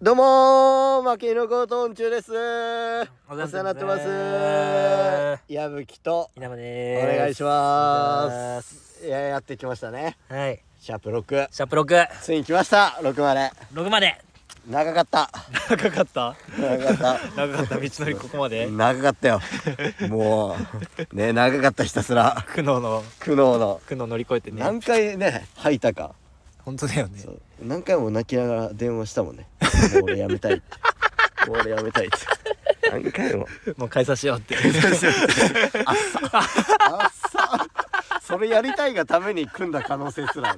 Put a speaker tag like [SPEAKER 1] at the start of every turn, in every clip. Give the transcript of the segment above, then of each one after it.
[SPEAKER 1] どうもー、負けのことんちゅうです。お
[SPEAKER 2] お
[SPEAKER 1] 世話になってます。矢吹と
[SPEAKER 2] 稲葉
[SPEAKER 1] お
[SPEAKER 2] です。
[SPEAKER 1] 願いします。いや、やってきましたね。
[SPEAKER 2] はい。
[SPEAKER 1] シャープ6。
[SPEAKER 2] シャープ6、
[SPEAKER 1] ついに来ました、6まで。
[SPEAKER 2] 6まで。
[SPEAKER 1] 長かった。
[SPEAKER 2] 長かった
[SPEAKER 1] 長か っ
[SPEAKER 2] 長かった、 道のりここま
[SPEAKER 1] た。
[SPEAKER 2] で。
[SPEAKER 1] 長かったよ。もう、ね、長かった、ひたすら。
[SPEAKER 2] 苦悩の、
[SPEAKER 1] 苦悩の。
[SPEAKER 2] 苦悩乗り越えてね。
[SPEAKER 1] 何回ね、吐いたか。
[SPEAKER 2] 本当だよね。
[SPEAKER 1] そう何回も泣きながら電話した もんね。もう俺やめたい。もう俺やめたいって。何回も。
[SPEAKER 2] もう解散しようって。
[SPEAKER 1] あっさ それやりたいがために組んだ可能性すらあ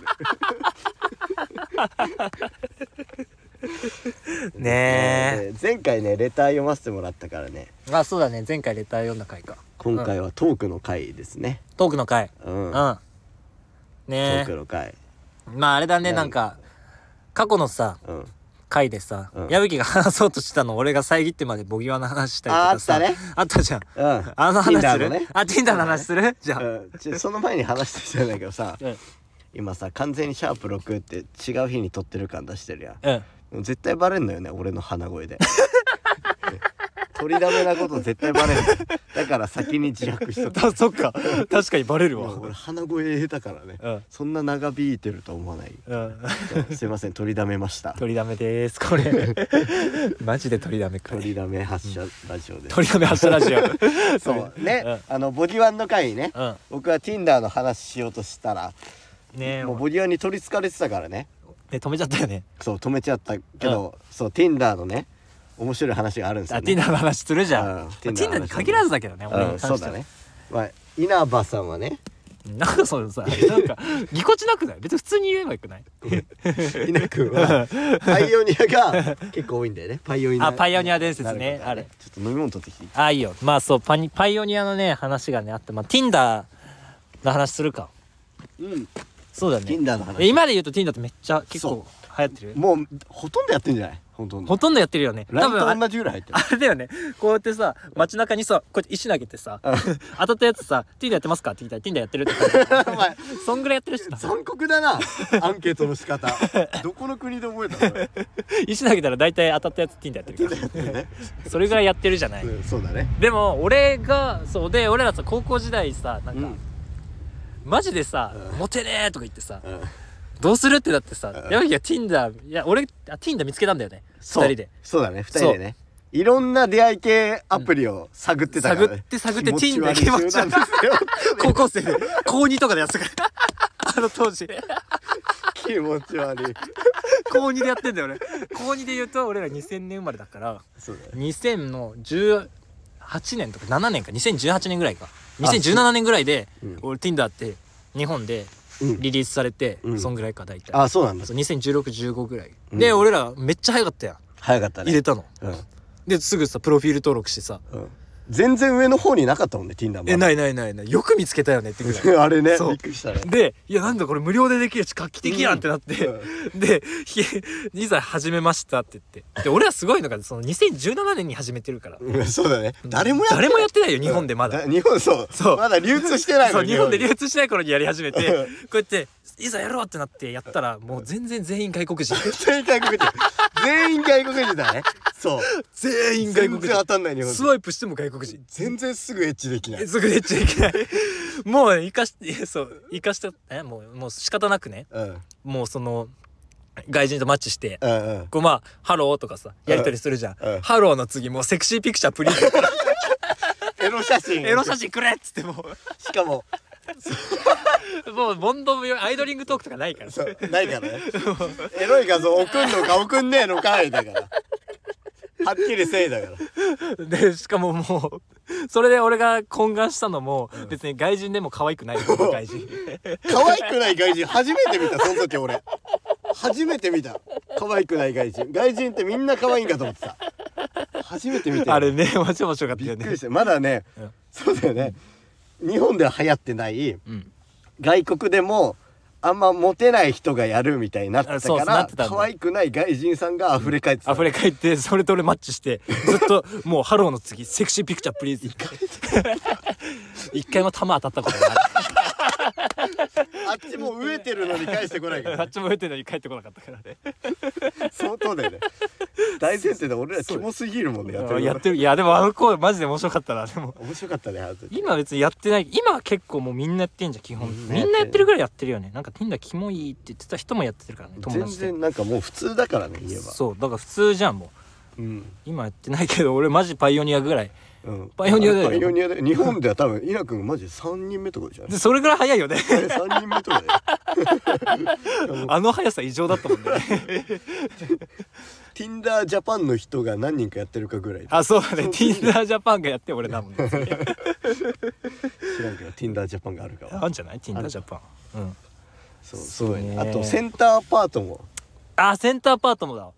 [SPEAKER 1] る
[SPEAKER 2] ね
[SPEAKER 1] え前回ねレター読ませてもらったからね
[SPEAKER 2] え。 あ、そうだね。前回レター読んだ回か。
[SPEAKER 1] 今回はトークの回ですね
[SPEAKER 2] トークの回。
[SPEAKER 1] うん、
[SPEAKER 2] う
[SPEAKER 1] ト
[SPEAKER 2] ん。ね
[SPEAKER 1] ーク
[SPEAKER 2] え。
[SPEAKER 1] の回
[SPEAKER 2] まああれだね、なんか、過去のさ、
[SPEAKER 1] うん
[SPEAKER 2] 回でさ
[SPEAKER 1] うん、
[SPEAKER 2] 矢吹が話そうとしたの、俺が遮ってまでボギワの話したりとかさ。
[SPEAKER 1] ああったね。
[SPEAKER 2] あったじゃん。
[SPEAKER 1] うん
[SPEAKER 2] あの話す
[SPEAKER 1] Tinder のね
[SPEAKER 2] るあ、ティンダの話するじゃあ。
[SPEAKER 1] うんちょその前に話したじゃないけどさ
[SPEAKER 2] うん。
[SPEAKER 1] 今さ完全にシャープ6って違う日に撮ってる感出してるやん
[SPEAKER 2] うん。
[SPEAKER 1] でも絶対バレんのよね俺の鼻声で 取りだめなこと絶対バレんのだから先に自白 しとく
[SPEAKER 2] だそっか確かにバレるわ
[SPEAKER 1] 俺鼻声だからね
[SPEAKER 2] うん
[SPEAKER 1] そんな長引いてると思わない
[SPEAKER 2] うん
[SPEAKER 1] すいません取りだめました
[SPEAKER 2] 取りだめですこ れマジで取りだめか
[SPEAKER 1] 取りだめ発射ラジオです
[SPEAKER 2] 取りだめ発射ラジオ
[SPEAKER 1] そう
[SPEAKER 2] う
[SPEAKER 1] ね
[SPEAKER 2] ん
[SPEAKER 1] あのボディワンの回ね
[SPEAKER 2] うん
[SPEAKER 1] 僕は Tinder の話しようとしたら
[SPEAKER 2] ねえ
[SPEAKER 1] もう
[SPEAKER 2] も
[SPEAKER 1] ボディワンに取りつかれてたからね
[SPEAKER 2] うね止めちゃったよね
[SPEAKER 1] そう止めちゃったけどそう Tinder のね面白い話があるんです
[SPEAKER 2] あ
[SPEAKER 1] よ
[SPEAKER 2] ティン
[SPEAKER 1] ね
[SPEAKER 2] ダの話するじゃ
[SPEAKER 1] うん
[SPEAKER 2] んティ
[SPEAKER 1] Tinder
[SPEAKER 2] ン
[SPEAKER 1] の話
[SPEAKER 2] ダに限らずだけどね俺
[SPEAKER 1] う
[SPEAKER 2] に
[SPEAKER 1] んそ
[SPEAKER 2] 関
[SPEAKER 1] う
[SPEAKER 2] して
[SPEAKER 1] だ
[SPEAKER 2] は
[SPEAKER 1] ねまあ稲葉さんは ね
[SPEAKER 2] なんかそのさ なんかぎこちなくない別に普通に言えばよくない
[SPEAKER 1] 稲君はパイオニアが結構多いんだよねパイオニア
[SPEAKER 2] あパイオニア伝説ね
[SPEAKER 1] なるから
[SPEAKER 2] ある
[SPEAKER 1] ちょっと飲み物取ってきていい
[SPEAKER 2] ああいいよまあそうパニパイオニアのね話がねあってまあティンダの話するか
[SPEAKER 1] うん
[SPEAKER 2] そうだね
[SPEAKER 1] Tinder の話
[SPEAKER 2] え今で言うとティンダってめっちゃ結構流行ってる
[SPEAKER 1] もうほとんどやってんじゃないほとんど
[SPEAKER 2] ほとんどやってるよね
[SPEAKER 1] ラ
[SPEAKER 2] 多
[SPEAKER 1] イン
[SPEAKER 2] 分あ
[SPEAKER 1] と同じぐらい入ってる
[SPEAKER 2] あれだよねこうやってさ街中にさこうやって石投げてさ当たったやつさ「ティンダやってますか?」って聞いたら「ティンダやってる」って言ったら
[SPEAKER 1] お前
[SPEAKER 2] そんぐらいやってる人だ
[SPEAKER 1] 残酷だなアンケートの仕 方どこの国で覚えたのこれ
[SPEAKER 2] 石投げたら大体当たったやつティンダやってるか
[SPEAKER 1] ね
[SPEAKER 2] らそれぐらいやってるじゃない
[SPEAKER 1] うんそうだね
[SPEAKER 2] でも俺がそうで俺らさ高校時代さなんか、
[SPEAKER 1] うん
[SPEAKER 2] マジでさ
[SPEAKER 1] う
[SPEAKER 2] 「モテねー」とか言ってさ
[SPEAKER 1] うん
[SPEAKER 2] 「どうする?」ってだってさ
[SPEAKER 1] ん
[SPEAKER 2] 山木が Tinder いや俺あ Tinder 見つけたんだよね
[SPEAKER 1] そう
[SPEAKER 2] 2人で
[SPEAKER 1] そうだね二人でねいろんな出会い系アプリを探ってたから、ね
[SPEAKER 2] 探って探っ
[SPEAKER 1] 気
[SPEAKER 2] て
[SPEAKER 1] 持ち
[SPEAKER 2] Tinder
[SPEAKER 1] 悪い
[SPEAKER 2] 気持ち悪い
[SPEAKER 1] 集団ですよ
[SPEAKER 2] 高校生で高2とかでやってたから あの当時
[SPEAKER 1] 気持ち悪い
[SPEAKER 2] 高2でやってんだよ俺高2で言うと俺ら2000年生まれだから
[SPEAKER 1] そうだね
[SPEAKER 2] 2018年とか7年か2018年ぐらいか2017年ぐらいで、
[SPEAKER 1] うん
[SPEAKER 2] 俺 Tinder って日本で
[SPEAKER 1] うん
[SPEAKER 2] リリースされて、
[SPEAKER 1] うん
[SPEAKER 2] そんぐらいか大体
[SPEAKER 1] あそうなんだ
[SPEAKER 2] そう201615ぐらい、
[SPEAKER 1] うん
[SPEAKER 2] で俺らめっちゃ早かったやん
[SPEAKER 1] 早かったね
[SPEAKER 2] 入れたの
[SPEAKER 1] うん
[SPEAKER 2] ですぐさプロフィール登録してさ
[SPEAKER 1] うん全然上の方になかったもんね Tinder も
[SPEAKER 2] 「えないいないないないよく見つけたよね」ってぐら い
[SPEAKER 1] あれね
[SPEAKER 2] そう
[SPEAKER 1] びっくりしたね
[SPEAKER 2] で、いや、なんだこれ無料でできるし、画期的やんってなって、
[SPEAKER 1] う
[SPEAKER 2] で、ひいざ始めましたって言って。で、俺はすごいのが、その2017年に始めてるから。
[SPEAKER 1] うんそうだね誰もやってない
[SPEAKER 2] 誰もやってないよ、日本でまだ。
[SPEAKER 1] 日本そう
[SPEAKER 2] そう
[SPEAKER 1] まだ流通してない
[SPEAKER 2] そ
[SPEAKER 1] の
[SPEAKER 2] う、日本で流通しない頃にやり始めて、こうやって、いざやろうってなってやったら、もう全然全員外国人。
[SPEAKER 1] 全員外国人全員外国人だねそう
[SPEAKER 2] 全員外
[SPEAKER 1] 全
[SPEAKER 2] 国
[SPEAKER 1] 然
[SPEAKER 2] 人
[SPEAKER 1] 当。たんない日本
[SPEAKER 2] ス
[SPEAKER 1] 人
[SPEAKER 2] ワイプしても外国人。
[SPEAKER 1] 全然すぐエッチできない
[SPEAKER 2] えすぐ出ちゃいけない。 もう、生かし、いやそう、生かした、え、もう、もう仕方なくね、
[SPEAKER 1] うんうん
[SPEAKER 2] もうその、外人とマッチして、
[SPEAKER 1] うん
[SPEAKER 2] こうまあ、ハローとかさ、やりとりするじゃん。
[SPEAKER 1] うんうん
[SPEAKER 2] ハローの次、もうセクシーピクチャープリーズ。
[SPEAKER 1] エロ写真
[SPEAKER 2] エロ写真くれっつっても
[SPEAKER 1] しかも
[SPEAKER 2] う、もう、ボンドもアイドリングトークとかないから。
[SPEAKER 1] そうないからねエロい画像送んのか送んねえのかいだからはっきりせいだから
[SPEAKER 2] で、しかももう、それで俺が懇願したのも、別に外人でも可愛くないよ外人。
[SPEAKER 1] 可愛くない外人初めて見たその時俺初めて見た可愛くない外人外人ってみんな可愛いんかと思ってた初めて見たよ
[SPEAKER 2] あれね、マジ面白かった
[SPEAKER 1] び
[SPEAKER 2] よ
[SPEAKER 1] っく
[SPEAKER 2] ね
[SPEAKER 1] りし。てまだね、
[SPEAKER 2] うん
[SPEAKER 1] そうだよね、日本では流行ってない
[SPEAKER 2] うん。
[SPEAKER 1] 外国でもあんまモテない人がやるみたいになってた
[SPEAKER 2] あそう
[SPEAKER 1] か
[SPEAKER 2] な
[SPEAKER 1] ら
[SPEAKER 2] ってたんだ
[SPEAKER 1] 可愛くない外人さんが溢れ返ってた、
[SPEAKER 2] あふれ返って、それと俺マッチして、ずっと、もう、ハローの次、セクシーピクチャープリーズ。一回も弾当たったことない。
[SPEAKER 1] あっちも 飢えてるのに返してこないか
[SPEAKER 2] あ
[SPEAKER 1] ら
[SPEAKER 2] っちも打ってんのに帰ってこなかったからね。
[SPEAKER 1] 相当だよね大前提で俺らキモすぎるもんねやってる
[SPEAKER 2] やってるいやでもあの子マジで面白かったなでも
[SPEAKER 1] 面白かったねあの時
[SPEAKER 2] 今別にやってない今は結構もうみんなやってんじゃん基本
[SPEAKER 1] みんなやってる
[SPEAKER 2] みんなやってるぐらいやってるよねなんか Tinder キモいって言ってた人もやってるからね友
[SPEAKER 1] 全
[SPEAKER 2] 達で
[SPEAKER 1] 然なんかもう普通だからね言えば
[SPEAKER 2] そうだから普通じゃんもう
[SPEAKER 1] うん
[SPEAKER 2] 今やってないけど俺マジパイオニアぐらい
[SPEAKER 1] うん
[SPEAKER 2] パイオニアだよ
[SPEAKER 1] パイオニアで日本では多分稲君マジ3人目とかじゃ ない
[SPEAKER 2] でそれぐらい早いよね
[SPEAKER 1] 3人目とかで
[SPEAKER 2] あの速さ異常だったもん ね
[SPEAKER 1] Tinder ジャパンの人が何人かやってるかぐらい
[SPEAKER 2] あそうだね
[SPEAKER 1] そう
[SPEAKER 2] Tinder ジャパンがやって俺 だもんね
[SPEAKER 1] 知らんけど Tinder ジャパンがあるか
[SPEAKER 2] あ
[SPEAKER 1] ら
[SPEAKER 2] んじゃない Tinder ジャパンうん
[SPEAKER 1] そうそうやね
[SPEAKER 2] そうね
[SPEAKER 1] あとセンターパートも
[SPEAKER 2] あセンターパートもだわ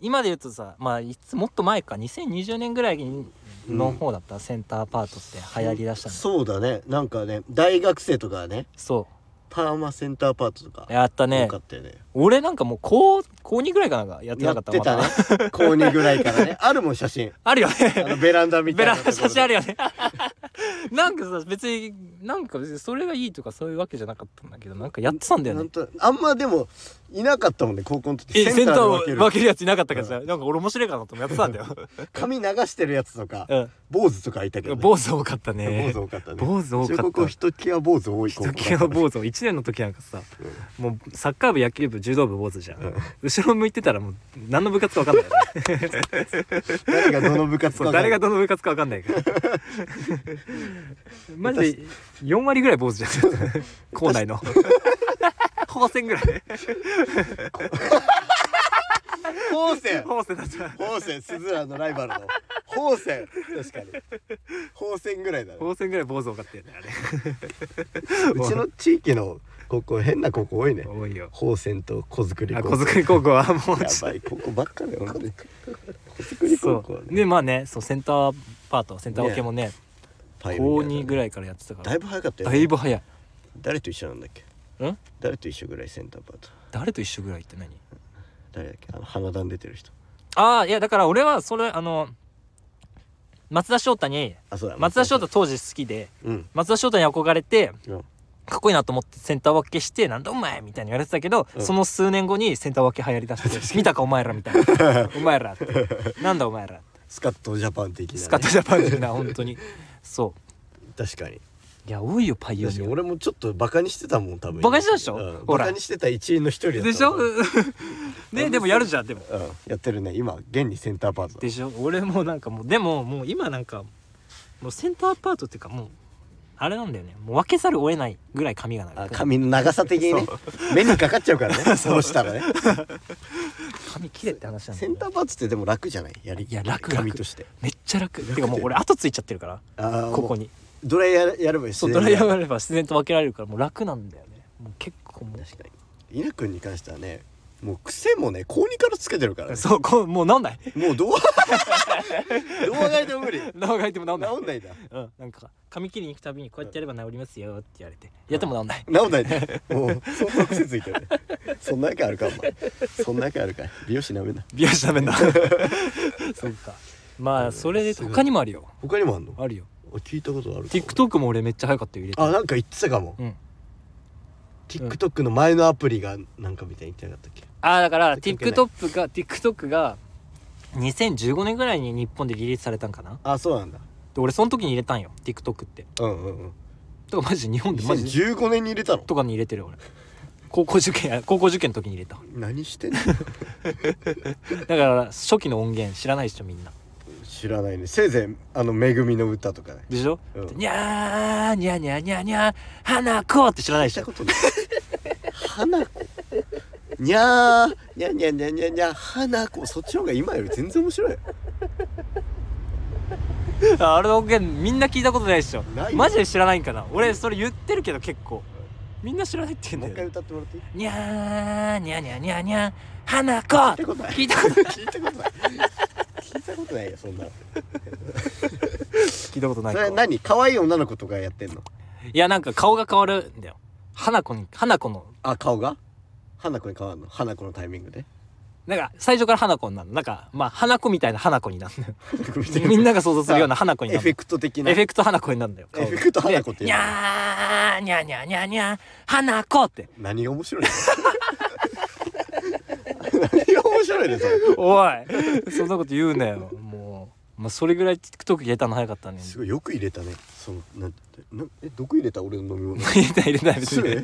[SPEAKER 2] 今で言うとさまあいつもっと前か2020年ぐらいにの方だった、センターパートって流行りだしたの
[SPEAKER 1] そうだねなんかね大学生とかはね
[SPEAKER 2] そ
[SPEAKER 1] パーマセンターパートとか
[SPEAKER 2] うやったね
[SPEAKER 1] 多かったよね
[SPEAKER 2] 俺なんかもう高高2ぐらいかなんかやって
[SPEAKER 1] や
[SPEAKER 2] な
[SPEAKER 1] っ
[SPEAKER 2] かった
[SPEAKER 1] てたね
[SPEAKER 2] まだ
[SPEAKER 1] 高2ぐらいから ねあるもん写真
[SPEAKER 2] あ るよ
[SPEAKER 1] あ
[SPEAKER 2] ね
[SPEAKER 1] のベランダみた
[SPEAKER 2] ベ
[SPEAKER 1] いな
[SPEAKER 2] ラ
[SPEAKER 1] と
[SPEAKER 2] ン
[SPEAKER 1] ころで
[SPEAKER 2] ダ写真あるよね なんかさ別になんか別にそれがいいとかそういうわけじゃなかったんだけどなんかやってたんだよ
[SPEAKER 1] な
[SPEAKER 2] ね
[SPEAKER 1] んとあんまでもいなかったもんね高校の時
[SPEAKER 2] えセンターを
[SPEAKER 1] で
[SPEAKER 2] 分けるやついなかったからさ、なんか俺面白いかなと思ってやってたんだよ、
[SPEAKER 1] 髪流してるやつとか、
[SPEAKER 2] うん
[SPEAKER 1] 坊主とかいたけど、ね、
[SPEAKER 2] 坊主多かったね
[SPEAKER 1] 坊主多かったね
[SPEAKER 2] 坊主多かった
[SPEAKER 1] 中国ひときわ坊主多い
[SPEAKER 2] ひときわ坊主1年の時なんかさ、もうサッカー部野球部柔道部坊主じゃん、
[SPEAKER 1] うん
[SPEAKER 2] 後ろ向いてたらもう何の部活か分かんないよね
[SPEAKER 1] 誰がどの部活か
[SPEAKER 2] そう
[SPEAKER 1] わかんな
[SPEAKER 2] 誰
[SPEAKER 1] い
[SPEAKER 2] がどの部活か分か んないからマジで4割ぐらい坊主じゃん校内の高専ぐらい
[SPEAKER 1] 方 線
[SPEAKER 2] 高専だった
[SPEAKER 1] 方線スズラのライバルの方線確かに方線ぐらいだね
[SPEAKER 2] 高専ぐらい坊主多かったよねあ
[SPEAKER 1] うちの地域の高校変な高校多いね
[SPEAKER 2] れ多いよ
[SPEAKER 1] 方線と子作り
[SPEAKER 2] あ
[SPEAKER 1] 高
[SPEAKER 2] 小
[SPEAKER 1] 校
[SPEAKER 2] 作り高校はもう
[SPEAKER 1] やばい高校ばっかだよ本当に子作り高校
[SPEAKER 2] そ
[SPEAKER 1] は
[SPEAKER 2] う
[SPEAKER 1] ね
[SPEAKER 2] でまあねそうセンターパートセンター分けもね
[SPEAKER 1] パイオニアだね
[SPEAKER 2] 高2ぐらいからやってたから
[SPEAKER 1] だいぶ早かったよ、
[SPEAKER 2] だいぶ早い
[SPEAKER 1] 誰と一緒なんだっけ
[SPEAKER 2] ん
[SPEAKER 1] 誰と一緒ぐらいセンターパート
[SPEAKER 2] 誰と一緒ぐらいって何
[SPEAKER 1] 誰だっけあの花壇出てる人
[SPEAKER 2] ああいやだから俺はそれあの松田翔太に
[SPEAKER 1] あそうだ
[SPEAKER 2] 松田翔太当時好きで
[SPEAKER 1] うん
[SPEAKER 2] 松田翔太に憧れて
[SPEAKER 1] うん
[SPEAKER 2] かっこいいなと思ってセンター分けして「なんだお前!」みたいに言われてたけど、
[SPEAKER 1] うん
[SPEAKER 2] その数年後にセンター分け流行 りだして「見たかお前ら」みたいな「お前ら」って「なんだお前ら」
[SPEAKER 1] スカットジャパン的な、ね、
[SPEAKER 2] スカットジャパン的な本当にそう
[SPEAKER 1] 確かに
[SPEAKER 2] いや多いよパイオ
[SPEAKER 1] 確か
[SPEAKER 2] ニア
[SPEAKER 1] に俺もちょっとバカにしてたもん多分
[SPEAKER 2] バカにしてたでしょ
[SPEAKER 1] うん
[SPEAKER 2] ほ
[SPEAKER 1] バ
[SPEAKER 2] ら
[SPEAKER 1] カにしてた一員の一人だった
[SPEAKER 2] でしょ
[SPEAKER 1] 俺うん
[SPEAKER 2] ねでもやるじゃんでも
[SPEAKER 1] やってるね今現にセンターパート
[SPEAKER 2] でしょ俺もなんかもうでももう今なんかもうセンターパートっていうかもうあれなんだよねもう分けざるを得ないぐらい髪が長
[SPEAKER 1] あ
[SPEAKER 2] い
[SPEAKER 1] 髪の長さ的にね目にかかっちゃうから ねそうしたらね
[SPEAKER 2] 髪切れって話なんだ
[SPEAKER 1] セ
[SPEAKER 2] よね、
[SPEAKER 1] ンターパートってでも楽じゃないやり
[SPEAKER 2] いや楽楽
[SPEAKER 1] 髪として
[SPEAKER 2] めっちゃ楽てかもう俺跡ついちゃってるから
[SPEAKER 1] あー
[SPEAKER 2] ここに
[SPEAKER 1] ドライヤーやればいい
[SPEAKER 2] そうドライヤーがあれば自然と分けられるからもう楽なんだよねもう結構もう
[SPEAKER 1] 確かに稲君に関してはねもう癖もね高二からつけてるからね
[SPEAKER 2] そうこうもう治んない
[SPEAKER 1] もうどう どうがいても無理
[SPEAKER 2] 治がいても治んない
[SPEAKER 1] 治んないだ
[SPEAKER 2] うんなんか髪切りに行くたびにこうやってやれば治りますよって言われてやっても治んない
[SPEAKER 1] 治んないね もうそんな癖ついてるねそんな訳あるかお前そんな訳あるか美容師なめんな
[SPEAKER 2] 美容師ダメ だそっかまあそれで他にもあるよ
[SPEAKER 1] 他にもあんの
[SPEAKER 2] あるよ
[SPEAKER 1] あ聞いたことあるか
[SPEAKER 2] TikTok も俺めっちゃ早かったよ入れて
[SPEAKER 1] あなんか言ってたかも、
[SPEAKER 2] うん
[SPEAKER 1] TikTok の前のアプリがなんかみたいに言ってなかったっけ
[SPEAKER 2] あーだから
[SPEAKER 1] 関係ない
[SPEAKER 2] TikTok が TikTok が2015年ぐらいに日本でリリースされたんかな
[SPEAKER 1] あそうなんだ
[SPEAKER 2] で俺その時に入れたんよ TikTok って
[SPEAKER 1] うんうんうん
[SPEAKER 2] とかマジで日本でマジで
[SPEAKER 1] 2015年に入れたの
[SPEAKER 2] とかに入れてるよ俺高校受験あ高校受験の時に入れた
[SPEAKER 1] 何してんの
[SPEAKER 2] だから初期の音源知らないでしょみんな
[SPEAKER 1] 知らないねせいぜいあの「恵みの歌」とかね
[SPEAKER 2] でしょ、
[SPEAKER 1] うん
[SPEAKER 2] にゃーにゃーにゃーにゃーにゃー花子って知らないで
[SPEAKER 1] し
[SPEAKER 2] したょ
[SPEAKER 1] ことない花子にゃーにゃにゃにゃにゃにゃ花子そっちの方が今より全然面白いよ
[SPEAKER 2] ああれの音源みんな聞いたことないでしょ
[SPEAKER 1] ないよ
[SPEAKER 2] マジで知らないんかな俺それ言ってるけど結構みんな知らないって言うん
[SPEAKER 1] も
[SPEAKER 2] だ
[SPEAKER 1] う一
[SPEAKER 2] よね
[SPEAKER 1] 回歌ってもらっていい
[SPEAKER 2] にゃーにゃーにゃーにゃーにゃー花子
[SPEAKER 1] 聞いたことない
[SPEAKER 2] 聞いたこと
[SPEAKER 1] 聞いたことない聞いたことないよそんなの
[SPEAKER 2] 聞いたことな
[SPEAKER 1] そ
[SPEAKER 2] い
[SPEAKER 1] れは何可愛い女の子とかやってんの
[SPEAKER 2] いやなんか顔が変わるんだよ花子に花子の
[SPEAKER 1] あ顔が花子に変わるの花子のタイミング で
[SPEAKER 2] なんか最初から花子になるのなんかまあ花子みたいな花子になる のよみ
[SPEAKER 1] み
[SPEAKER 2] んなが想像するような花子に
[SPEAKER 1] エ
[SPEAKER 2] な
[SPEAKER 1] フ
[SPEAKER 2] る
[SPEAKER 1] ェクト的
[SPEAKER 2] の
[SPEAKER 1] な
[SPEAKER 2] エフェクト花子になるんだよ
[SPEAKER 1] エフェクト花子って
[SPEAKER 2] に
[SPEAKER 1] 言うの
[SPEAKER 2] ゃーにゃ ーにゃーにゃーにゃーにゃー花子って
[SPEAKER 1] 何が面白いの何が面白いねそれ
[SPEAKER 2] おいそんなこと言うなよもう、まあ、それぐらい TikTok 入れたの早かったね
[SPEAKER 1] すごいよく入れたねそのなんてなえ毒入れた俺の飲 み物
[SPEAKER 2] 入れた入れた別
[SPEAKER 1] すごい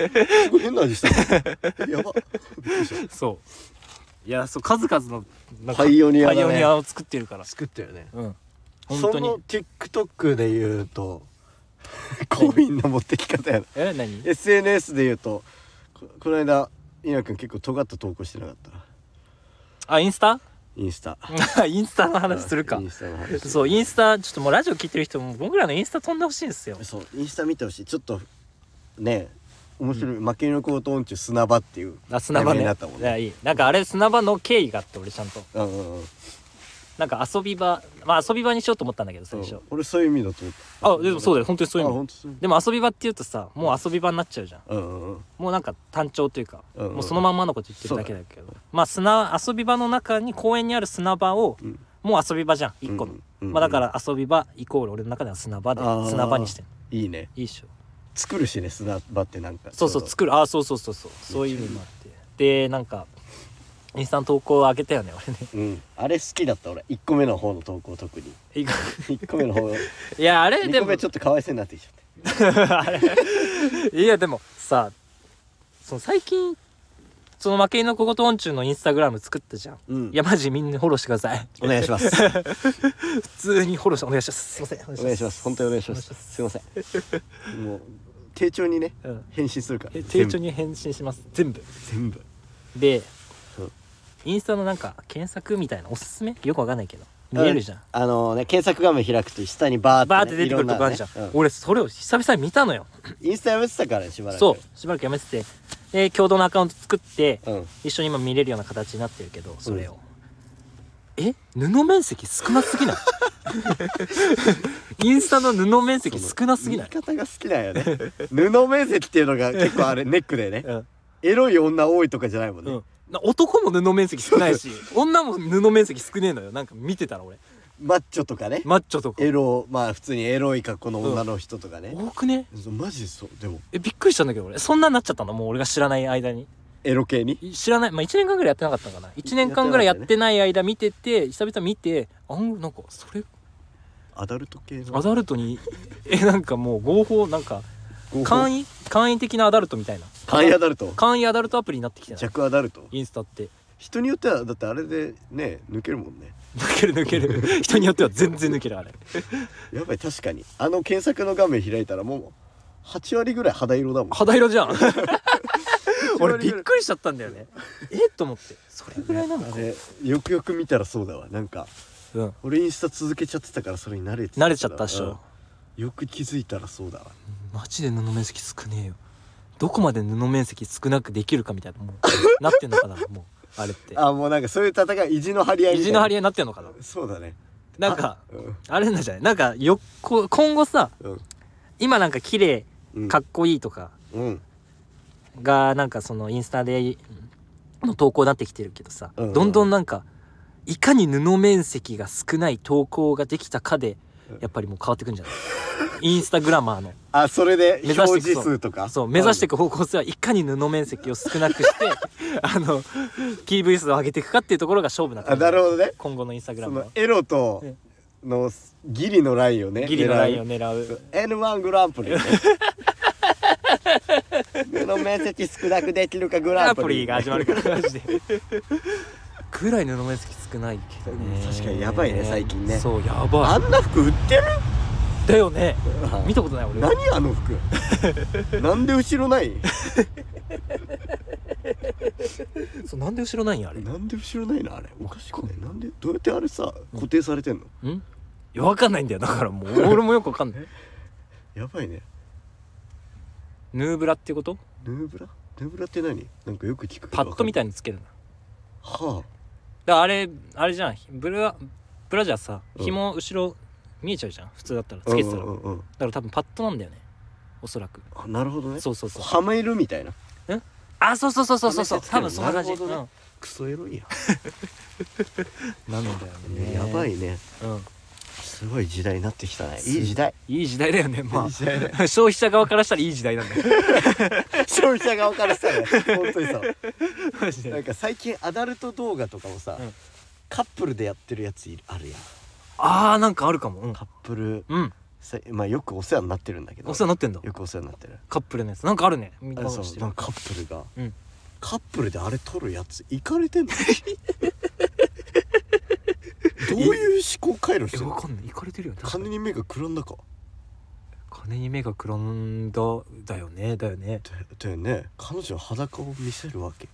[SPEAKER 2] に
[SPEAKER 1] 変な味したやばびっくりした
[SPEAKER 2] そういやそう数々のなんか
[SPEAKER 1] パイオニアだね
[SPEAKER 2] パイオニアを作ってるから
[SPEAKER 1] 作ったよね
[SPEAKER 2] うん本
[SPEAKER 1] そ
[SPEAKER 2] 当
[SPEAKER 1] の
[SPEAKER 2] に
[SPEAKER 1] TikTok で言う とコミンの持ってき方やな
[SPEAKER 2] え何
[SPEAKER 1] SNS で言うとここの間稲君結構尖った投稿してなかった
[SPEAKER 2] あイン スタ
[SPEAKER 1] インスタ
[SPEAKER 2] インスタの話するか
[SPEAKER 1] インスタの話
[SPEAKER 2] そうインスタちょっともうラジオ聞いてる人も僕らのインスタ飛んでほしいんですよ
[SPEAKER 1] そうインスタ見てほしいちょっとね面白い、負けのコートオンチュ砂場っていう
[SPEAKER 2] あ砂場
[SPEAKER 1] 題名
[SPEAKER 2] ね
[SPEAKER 1] になったもん
[SPEAKER 2] いや
[SPEAKER 1] ね
[SPEAKER 2] いいなんかあれ砂場の経緯があって俺ちゃんと
[SPEAKER 1] うんうんうん
[SPEAKER 2] なんか遊び場まあ遊び場にしようと思ったんだけど最
[SPEAKER 1] そ
[SPEAKER 2] 初
[SPEAKER 1] う俺そういう意味だと思った
[SPEAKER 2] あでもそうだよ本当にそういう
[SPEAKER 1] あ
[SPEAKER 2] の
[SPEAKER 1] 本当そう
[SPEAKER 2] でも遊び場っていうとさもう遊び場になっちゃうじゃん
[SPEAKER 1] うんうんうん
[SPEAKER 2] もうなんか単調というか、
[SPEAKER 1] うんうん
[SPEAKER 2] もうそのまんまのこと言ってるだけだけどまあ砂遊び場の中に公園にある砂場を、
[SPEAKER 1] うん
[SPEAKER 2] もう遊び場じゃん一個の、
[SPEAKER 1] うんうんうん
[SPEAKER 2] まあ、だから遊び場イコール俺の中では砂場で
[SPEAKER 1] あー
[SPEAKER 2] 砂場にしてる
[SPEAKER 1] いいね
[SPEAKER 2] いいっしょ
[SPEAKER 1] 作るしね砂場ってなんか
[SPEAKER 2] そうそう作るああそうそうそうそうそういう意味もあってでなんかインスタの投稿を上げたよ ね俺ね
[SPEAKER 1] うんあれ好きだった俺1個目の方の投稿特に
[SPEAKER 2] いや
[SPEAKER 1] 1個目の方
[SPEAKER 2] いやあれ
[SPEAKER 1] 2
[SPEAKER 2] で
[SPEAKER 1] 個
[SPEAKER 2] も
[SPEAKER 1] 目ちょっとかわいそうになってきちゃっ
[SPEAKER 2] いやでもさその最近その負け犬の小言音中のインスタグラム作ったじゃん、
[SPEAKER 1] たうん
[SPEAKER 2] いやマジみんなフォローしてください
[SPEAKER 1] お願いします
[SPEAKER 2] 普通にフォローしてお願いしますすいませんお
[SPEAKER 1] お願いします本当にお願いしますすいませ んもう丁重にね
[SPEAKER 2] うん
[SPEAKER 1] 返信するから
[SPEAKER 2] え丁重に返信します全部
[SPEAKER 1] 全部
[SPEAKER 2] で
[SPEAKER 1] そう
[SPEAKER 2] インスタのなんか検索みたいなおすすめよくわかんないけど
[SPEAKER 1] 全部
[SPEAKER 2] 見えるじゃん
[SPEAKER 1] あのね検索画面開くと下にバー
[SPEAKER 2] バーっ
[SPEAKER 1] ね
[SPEAKER 2] て出てくるとこあるじゃん
[SPEAKER 1] いろなねう
[SPEAKER 2] 俺それを久々に見たのよ
[SPEAKER 1] インスタやめてたからねしばらく
[SPEAKER 2] そうしばらくやめててで共同のアカウント作って
[SPEAKER 1] うん
[SPEAKER 2] 一緒に今見れるような形になってるけどそれを、え布面積少なす ぎないインスタの布面積少なすぎない
[SPEAKER 1] 言い方が好きだよね布面積っていうのが結構 あれネックだよね
[SPEAKER 2] うん
[SPEAKER 1] エロい女多いとかじゃないもん
[SPEAKER 2] う
[SPEAKER 1] ね
[SPEAKER 2] ん、な男も布面積少ないし女も布面積少ねえのよなんか見てたら俺
[SPEAKER 1] マッチョとかね
[SPEAKER 2] マッチョとか
[SPEAKER 1] エロまあ普通にエロい格好の女の人とかね
[SPEAKER 2] 多くね
[SPEAKER 1] そうマジそうでも
[SPEAKER 2] えびっくりしたんだけど俺そんなになっちゃったのもう俺が知らない間に
[SPEAKER 1] エロ系に
[SPEAKER 2] い知らないまあ1年間ぐらいやってなかったのかな1年間ぐらいやってない間見てて久々見てあんなんかそれ
[SPEAKER 1] アダルト系の
[SPEAKER 2] アダルトにえなんかもう合法なんか簡
[SPEAKER 1] 易
[SPEAKER 2] 易簡易的なアダルトみたいな
[SPEAKER 1] 簡易アダルト
[SPEAKER 2] 簡易アダルトアプリになってきてない
[SPEAKER 1] 弱アダルト
[SPEAKER 2] インスタって
[SPEAKER 1] 人によってはだってあれでね抜けるもんね
[SPEAKER 2] 抜ける抜ける 人によっては全然抜けるあれ
[SPEAKER 1] やばい確かにあの検索の画面開いたらもう8割ぐらい肌色だもん
[SPEAKER 2] 肌色じゃん 俺
[SPEAKER 1] 割ぐ
[SPEAKER 2] びっ
[SPEAKER 1] らい
[SPEAKER 2] くりしちゃったんだよねえっと思ってそれぐらいなの
[SPEAKER 1] あ
[SPEAKER 2] か、
[SPEAKER 1] れよくよく見たらそうだわなんか
[SPEAKER 2] うん
[SPEAKER 1] 俺インスタ続けちゃってたからそれに慣れて
[SPEAKER 2] 慣れちゃったっしょ、
[SPEAKER 1] うんよく気づいたらそうだわ
[SPEAKER 2] マジで布面積少ねえよどこまで布面積少なくできるかみたいなもうなってんのかなもうあれって
[SPEAKER 1] あもうなんかそういう戦い意地の張り合い
[SPEAKER 2] 意地の張り
[SPEAKER 1] 合
[SPEAKER 2] 合いになってんのかない
[SPEAKER 1] そうだね
[SPEAKER 2] なん
[SPEAKER 1] あ
[SPEAKER 2] か
[SPEAKER 1] うん
[SPEAKER 2] あれなんじゃないなんかよっこ今後さ
[SPEAKER 1] うん
[SPEAKER 2] 今なんか綺麗
[SPEAKER 1] うん
[SPEAKER 2] かっこいいとか
[SPEAKER 1] うん
[SPEAKER 2] がなんかそのインスタでの投稿になってきてるけどさ、
[SPEAKER 1] うんうんうん
[SPEAKER 2] どんどんなんかいかに布面積が少ない投稿ができたかで
[SPEAKER 1] うん
[SPEAKER 2] やっぱりもう変わってくんじゃないインスタグラマーの
[SPEAKER 1] あそれで
[SPEAKER 2] 目指して
[SPEAKER 1] 表
[SPEAKER 2] いく
[SPEAKER 1] 示数とか
[SPEAKER 2] そう目指していく方向性はいかに布面積を少なくして あの PV 数を上げていくかっていうところが勝負な
[SPEAKER 1] あなる
[SPEAKER 2] ど
[SPEAKER 1] ほどね
[SPEAKER 2] 今後のインスタグラ
[SPEAKER 1] そ
[SPEAKER 2] ム
[SPEAKER 1] の
[SPEAKER 2] の
[SPEAKER 1] エロと
[SPEAKER 2] うん
[SPEAKER 1] のギリのラインをね
[SPEAKER 2] ギリのライン
[SPEAKER 1] 狙
[SPEAKER 2] を
[SPEAKER 1] う
[SPEAKER 2] 狙う
[SPEAKER 1] N1 グランプリね目の面積少なくできるかグラ
[SPEAKER 2] ア
[SPEAKER 1] ンプ
[SPEAKER 2] プ
[SPEAKER 1] リ
[SPEAKER 2] リが始ま るからマジでぐらい布面積少ないけどね
[SPEAKER 1] 確かにやばいね最近ね
[SPEAKER 2] そうや
[SPEAKER 1] あ
[SPEAKER 2] ば
[SPEAKER 1] んな服売ってる
[SPEAKER 2] いだよね見たことない俺
[SPEAKER 1] 何あの服なんで後ろない
[SPEAKER 2] そうなんで後ろないんやあれ
[SPEAKER 1] なんで後ろないのあれおかしくないなんでどうやってあれさ固定されてんの
[SPEAKER 2] んいやわかんないんだよだからも う俺もよくわかんない
[SPEAKER 1] やばいね
[SPEAKER 2] ヌーブラっていうこと
[SPEAKER 1] ヌーブラヌーブラって何なんかよく聞くけど
[SPEAKER 2] パッドみた
[SPEAKER 1] い
[SPEAKER 2] いにつけるのだか
[SPEAKER 1] は
[SPEAKER 2] らあれあれじゃんブラブラジャーさ
[SPEAKER 1] うん
[SPEAKER 2] 紐後ろ見えちゃうじゃん普通だったら
[SPEAKER 1] あ
[SPEAKER 2] つけてたら
[SPEAKER 1] うんうんうんうん
[SPEAKER 2] だから多分パッドなんだよねおそらく
[SPEAKER 1] あなるほどね
[SPEAKER 2] そうそうそう
[SPEAKER 1] はめるみたいな
[SPEAKER 2] あそうそうそうそうそうそう
[SPEAKER 1] 試してつけ
[SPEAKER 2] 多
[SPEAKER 1] る
[SPEAKER 2] 分そんな感じ
[SPEAKER 1] なるほどね
[SPEAKER 2] うん
[SPEAKER 1] クソエロいやん
[SPEAKER 2] なのだよ
[SPEAKER 1] ねやばいね
[SPEAKER 2] うん
[SPEAKER 1] すごい時代になってきたねいい時代
[SPEAKER 2] いい時代だよねま
[SPEAKER 1] いい時代
[SPEAKER 2] あ消費者側からしたらいい時代なん だよ
[SPEAKER 1] 消費者側からした らね本当にさ
[SPEAKER 2] マジ
[SPEAKER 1] なん
[SPEAKER 2] で
[SPEAKER 1] か最近アダルト動画とかもさ、
[SPEAKER 2] うん
[SPEAKER 1] カップルでやってるやついるあるやん
[SPEAKER 2] ああなんかあるかもうん
[SPEAKER 1] カップル
[SPEAKER 2] うん
[SPEAKER 1] さまあよくお世話になってるんだけど
[SPEAKER 2] お世話になってんだ
[SPEAKER 1] よくお世話になってる
[SPEAKER 2] カップルのやつなんかあるねみんな
[SPEAKER 1] あ
[SPEAKER 2] が
[SPEAKER 1] そ
[SPEAKER 2] して
[SPEAKER 1] う
[SPEAKER 2] る
[SPEAKER 1] なんかカップルが
[SPEAKER 2] うん
[SPEAKER 1] カップルであれ撮るやついかれ てんのどういう思考回路し
[SPEAKER 2] え
[SPEAKER 1] てる
[SPEAKER 2] わ
[SPEAKER 1] の
[SPEAKER 2] かんない行かれてるよね
[SPEAKER 1] 金に目がくらんだか
[SPEAKER 2] 金に目がくらんだだよねだよね
[SPEAKER 1] だだよね彼女は裸を見せるわけ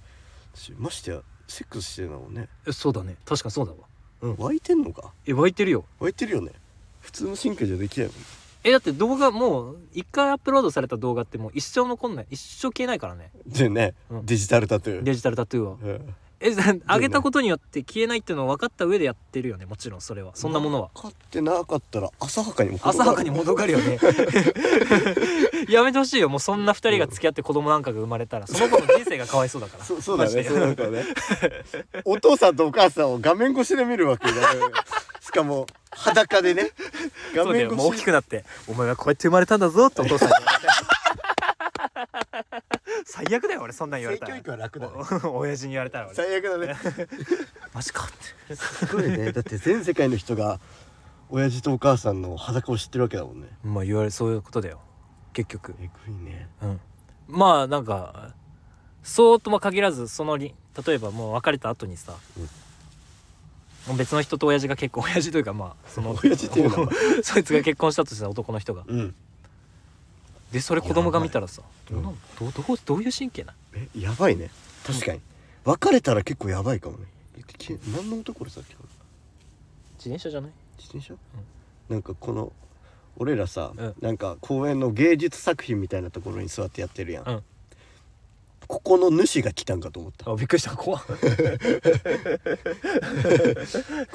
[SPEAKER 1] しましてやセックスしてるのもんね、
[SPEAKER 2] えそうだね確かにそうだわ
[SPEAKER 1] うん、湧いてんのか
[SPEAKER 2] え湧いてるよ
[SPEAKER 1] 湧いてるよね普通の神経じゃできないもん
[SPEAKER 2] えだって動画もう一回アップロードされた動画ってもう一生残んない一生消えないからね
[SPEAKER 1] でね、
[SPEAKER 2] うん
[SPEAKER 1] デジタルタトゥー
[SPEAKER 2] デジタルタトゥーは
[SPEAKER 1] うん
[SPEAKER 2] えだ上げたことによって消えないっていうのを分かった上でやってるよねもちろんそれはそんなものは
[SPEAKER 1] 買ってなかったら浅はかにも
[SPEAKER 2] 浅はかにもどかるよ ねやめてほしいよもうそんな二人が付き合って子供なんかが生まれたらその子の人生がかわいそうだから
[SPEAKER 1] そそうだ
[SPEAKER 2] マジ
[SPEAKER 1] ね
[SPEAKER 2] で
[SPEAKER 1] そうだからねお父さんとお母さんを画面越しで見るわけだ よしかも裸でね画
[SPEAKER 2] そうだ
[SPEAKER 1] 面
[SPEAKER 2] よ
[SPEAKER 1] 越
[SPEAKER 2] もう大
[SPEAKER 1] し
[SPEAKER 2] きくなって「お前はこうやって生まれたんだぞ」ってお父さんに言われた最悪だよ俺そんなん言わ
[SPEAKER 1] 性
[SPEAKER 2] れた
[SPEAKER 1] 教育
[SPEAKER 2] ら
[SPEAKER 1] は楽だね
[SPEAKER 2] お親父に言われたら俺
[SPEAKER 1] 最悪だね
[SPEAKER 2] マジかって
[SPEAKER 1] すごいねだって全世界の人が親父とお母さんの裸を知ってるわけだもんね
[SPEAKER 2] まあ言われそういうことだよ結局
[SPEAKER 1] えぐいね
[SPEAKER 2] うんまあなんかそうとも限らずそのり例えばもう別れた後にさ、別の人と親父が結婚親父というかまあその
[SPEAKER 1] 親父っていうのは
[SPEAKER 2] そいつが結婚したとした男の人が
[SPEAKER 1] うん
[SPEAKER 2] でそれ子供が見たらさ
[SPEAKER 1] やばい
[SPEAKER 2] どうどうどうどういう神経な
[SPEAKER 1] えやばいね確かに別れたら結構やばいかもねえき何の音これさっきから
[SPEAKER 2] 自転車じゃない
[SPEAKER 1] 自転車、なんかこの俺らさ、
[SPEAKER 2] うん
[SPEAKER 1] なんか公園の芸術作品みたいなところに座ってやってるやん、
[SPEAKER 2] うん
[SPEAKER 1] ここの主が来たんかと思ったこ
[SPEAKER 2] あびっくりした怖っ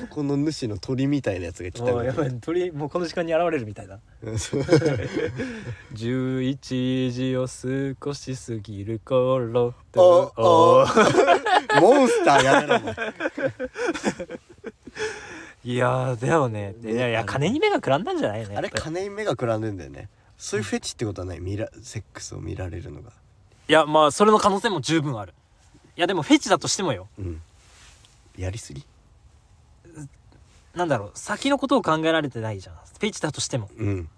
[SPEAKER 1] この主の鳥みたいなやつが来たん
[SPEAKER 2] もう
[SPEAKER 1] か
[SPEAKER 2] や
[SPEAKER 1] と
[SPEAKER 2] ば
[SPEAKER 1] 思っ
[SPEAKER 2] い鳥もうこの時間に現れるみたいな
[SPEAKER 1] たうんそう
[SPEAKER 2] 11時を少し過ぎる頃
[SPEAKER 1] おお
[SPEAKER 2] お
[SPEAKER 1] モンスター やめろお前
[SPEAKER 2] いやーだよねいやいや金に目がくらんだんじゃないよね
[SPEAKER 1] あれ
[SPEAKER 2] やっぱり
[SPEAKER 1] 金に目がくらんでんだよねそういうフェチってことはない見らセックスを見られるのが
[SPEAKER 2] いやまあそれの可能性も十分あるいやでもフェチだとしてもよ
[SPEAKER 1] うんやりすぎ
[SPEAKER 2] なんだろう先のことを考えられてないじゃんフェチだとしても
[SPEAKER 1] うん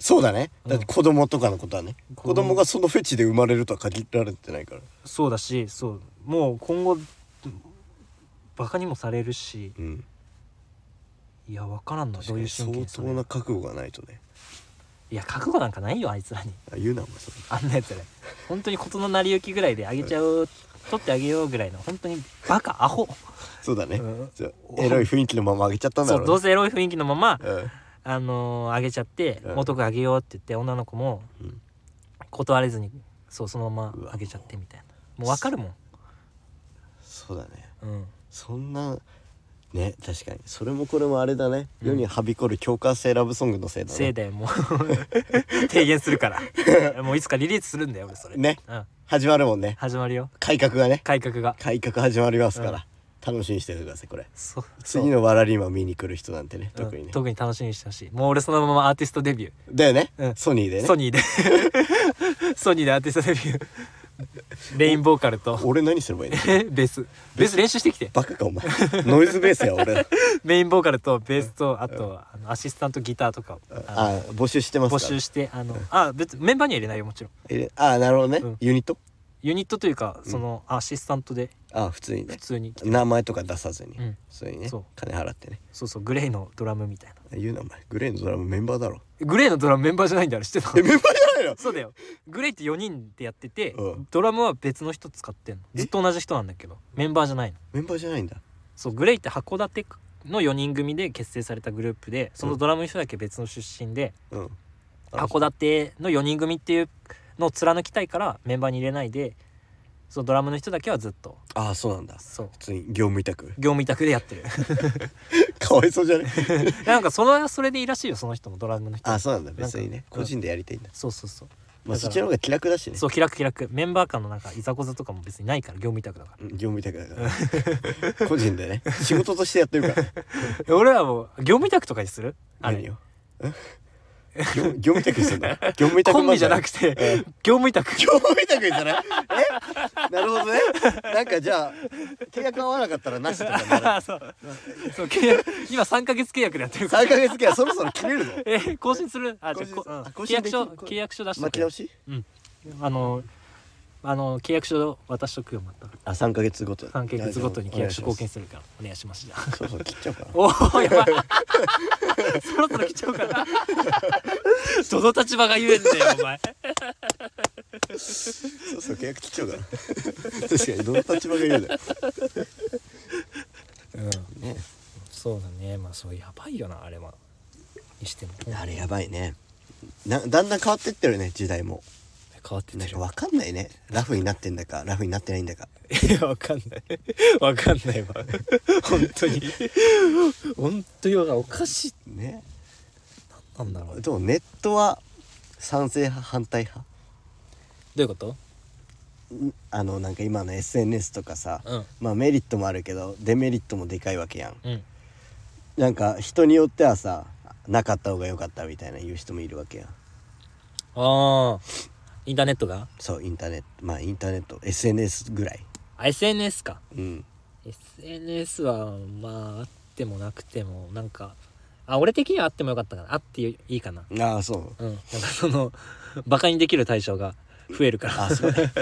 [SPEAKER 1] そうだねだって子供とかのことはね、子供がそのフェチで生まれるとは限られてないから
[SPEAKER 2] そうだしそうもう今後バカにもされるし
[SPEAKER 1] うん
[SPEAKER 2] いや分からんなどういう
[SPEAKER 1] 相
[SPEAKER 2] 神経そ
[SPEAKER 1] 当
[SPEAKER 2] れ
[SPEAKER 1] な覚悟がないとね
[SPEAKER 2] いや覚悟なんかないよあいつらに
[SPEAKER 1] あ言うなお前それ
[SPEAKER 2] あんなやつら本当に事の成り行きぐらいであげちゃう取ってあげようぐらいの本当にバカアホ
[SPEAKER 1] そうだね、
[SPEAKER 2] うん
[SPEAKER 1] そうエロい雰囲気のままあげちゃったんだ
[SPEAKER 2] そ
[SPEAKER 1] ろ
[SPEAKER 2] う
[SPEAKER 1] う
[SPEAKER 2] ど
[SPEAKER 1] ね
[SPEAKER 2] うせエロい雰囲気のまま
[SPEAKER 1] うん
[SPEAKER 2] あのーあげちゃって
[SPEAKER 1] うん
[SPEAKER 2] 男あげようって言って女の子も
[SPEAKER 1] うん
[SPEAKER 2] 断れずにそうそのま
[SPEAKER 1] う
[SPEAKER 2] ま
[SPEAKER 1] わ
[SPEAKER 2] あげちゃってみたいなもう分かるもん
[SPEAKER 1] そうだね
[SPEAKER 2] うん
[SPEAKER 1] そんなね確かにそれもこれもあれだね、世にはびこる強化性ラブソングのせいだ
[SPEAKER 2] せい
[SPEAKER 1] ね
[SPEAKER 2] だよもう 提言す るからもういつかリリースするんだよ俺それ
[SPEAKER 1] ね
[SPEAKER 2] うん
[SPEAKER 1] 始まるもんね
[SPEAKER 2] 始まるよ
[SPEAKER 1] 改革がね
[SPEAKER 2] 改革が
[SPEAKER 1] 改革始まりますから、楽しみにしててくださいこれ
[SPEAKER 2] そう
[SPEAKER 1] 次のワラリーマン見に来る人なんてね
[SPEAKER 2] うん
[SPEAKER 1] 特にね、
[SPEAKER 2] 特に楽しみにしてほしいもう俺そのままアーティストデビュー
[SPEAKER 1] だよね、
[SPEAKER 2] うん
[SPEAKER 1] ソニーでね
[SPEAKER 2] ソニーで ソニーでアーティストデビューレインボーカルと
[SPEAKER 1] 俺何すればいいの
[SPEAKER 2] え ベースベース練習してきて
[SPEAKER 1] バカかお前ノイズベースや俺ら
[SPEAKER 2] メインボーカルとベースとあとあのアシスタントギターとかを あ
[SPEAKER 1] あ募集してま
[SPEAKER 2] の
[SPEAKER 1] すか
[SPEAKER 2] 募集してあのあ別メンバーには入れないよもちろん
[SPEAKER 1] えあなるほどね、
[SPEAKER 2] うん
[SPEAKER 1] ユニット
[SPEAKER 2] ユニットというかそのアシスタントで
[SPEAKER 1] あ普通にね
[SPEAKER 2] 普通に
[SPEAKER 1] 名前とか出さずに、
[SPEAKER 2] うん
[SPEAKER 1] 普通にね
[SPEAKER 2] そう
[SPEAKER 1] 金払ってね
[SPEAKER 2] そうそうグレイのドラムみたいな
[SPEAKER 1] 言うなお前グレーのドラムメンバーだろ
[SPEAKER 2] グレイのドラムメンバーじゃないんだあれ知ってた
[SPEAKER 1] えメンバーじゃないの
[SPEAKER 2] そうだよグレイって4人でやってて、
[SPEAKER 1] うん
[SPEAKER 2] ドラムは別の人使ってんのずっと同じ人なんだけどメンバーじゃないの
[SPEAKER 1] メンバーじゃないんだ
[SPEAKER 2] そうグレイって函館の4人組で結成されたグループでそのドラムの人だけ別の出身で、
[SPEAKER 1] うんあ
[SPEAKER 2] 函館の4人組っていうのを貫きたいからメンバーに入れないでそのドラムの人だけはずっと
[SPEAKER 1] あそうなんだ
[SPEAKER 2] そう
[SPEAKER 1] 普通に業務委託
[SPEAKER 2] 業務委託でやって る
[SPEAKER 1] かわいそうじ ゃね
[SPEAKER 2] なんかそれはそれでいいらしいよその人もドラムの人
[SPEAKER 1] あそうなんだ
[SPEAKER 2] なんか
[SPEAKER 1] 別にね
[SPEAKER 2] うん
[SPEAKER 1] 個人でやりたいんだ、
[SPEAKER 2] そうそうそう
[SPEAKER 1] まあ
[SPEAKER 2] だから
[SPEAKER 1] そっちの方が気楽だしね
[SPEAKER 2] そう気楽気楽メンバー間のなんかいざこざとかも別にないから業務委託だか
[SPEAKER 1] うん業務委託だから 個人でね仕事としてやってるからね
[SPEAKER 2] らえ 俺らも業務委託とかにする あれ
[SPEAKER 1] 何をん業業務委託してんだ業務委託
[SPEAKER 2] コンビじゃなく
[SPEAKER 1] て
[SPEAKER 2] て、
[SPEAKER 1] ええ
[SPEAKER 2] 業務委託
[SPEAKER 1] 業務委託にするえなるほどねなんかじゃあ契約合わなかったらなしとかにな
[SPEAKER 2] あ
[SPEAKER 1] る
[SPEAKER 2] あ そうそう契約今3か月契約でやってるから
[SPEAKER 1] 3ヶ月間そろそろ切れるぞ
[SPEAKER 2] えー更新するあじゃ
[SPEAKER 1] 更新
[SPEAKER 2] あこうん
[SPEAKER 1] あ更
[SPEAKER 2] 契
[SPEAKER 1] 新
[SPEAKER 2] 約
[SPEAKER 1] でき
[SPEAKER 2] 書
[SPEAKER 1] る
[SPEAKER 2] 契約書出しと
[SPEAKER 1] 巻
[SPEAKER 2] く
[SPEAKER 1] き
[SPEAKER 2] よ
[SPEAKER 1] 直し
[SPEAKER 2] うんあのあの契約書渡しとくよまた
[SPEAKER 1] あ3ヶ月ごと
[SPEAKER 2] 3ヶ月ごとに契約書貢献
[SPEAKER 1] す
[SPEAKER 2] するからお願いしますじゃあ
[SPEAKER 1] るそうそう切っちゃおうかな
[SPEAKER 2] おおやばいそろそろ来ちゃうからどの立場が言えんだよお前
[SPEAKER 1] そうそう契約切っちゃおうかな 確かにどの立場が言うだよ
[SPEAKER 2] うん
[SPEAKER 1] ね
[SPEAKER 2] そうだねまあそうやばいよなあれはにしても
[SPEAKER 1] あれやばいねなだんだん変わってってるね時代も
[SPEAKER 2] 変わって
[SPEAKER 1] なん
[SPEAKER 2] て
[SPEAKER 1] か
[SPEAKER 2] る
[SPEAKER 1] わかんないねラフになってんだかラフになってないんだか
[SPEAKER 2] いやわかんないわかんないわ本当に本当にわかんないおかしい
[SPEAKER 1] ね
[SPEAKER 2] なんだろうど
[SPEAKER 1] でもネットは賛成派反対派
[SPEAKER 2] ういうこと
[SPEAKER 1] んあのなんか今の SNS とかさ、
[SPEAKER 2] うん
[SPEAKER 1] まあメリットもあるけどデメリットもでかいわけやん
[SPEAKER 2] うん
[SPEAKER 1] なんか人によってはさなかった方が良かったみたいな言う人もいるわけやん
[SPEAKER 2] ああインターネットが
[SPEAKER 1] そうインターネットまあインターネット SNS ぐらい
[SPEAKER 2] あ SNS か
[SPEAKER 1] うん
[SPEAKER 2] SNS はまああってもなくてもなんかあ俺的にはあってもよかったかなあっていいかな
[SPEAKER 1] ああそう
[SPEAKER 2] うんなんかその バカにできる対象が増えるから
[SPEAKER 1] あ そうね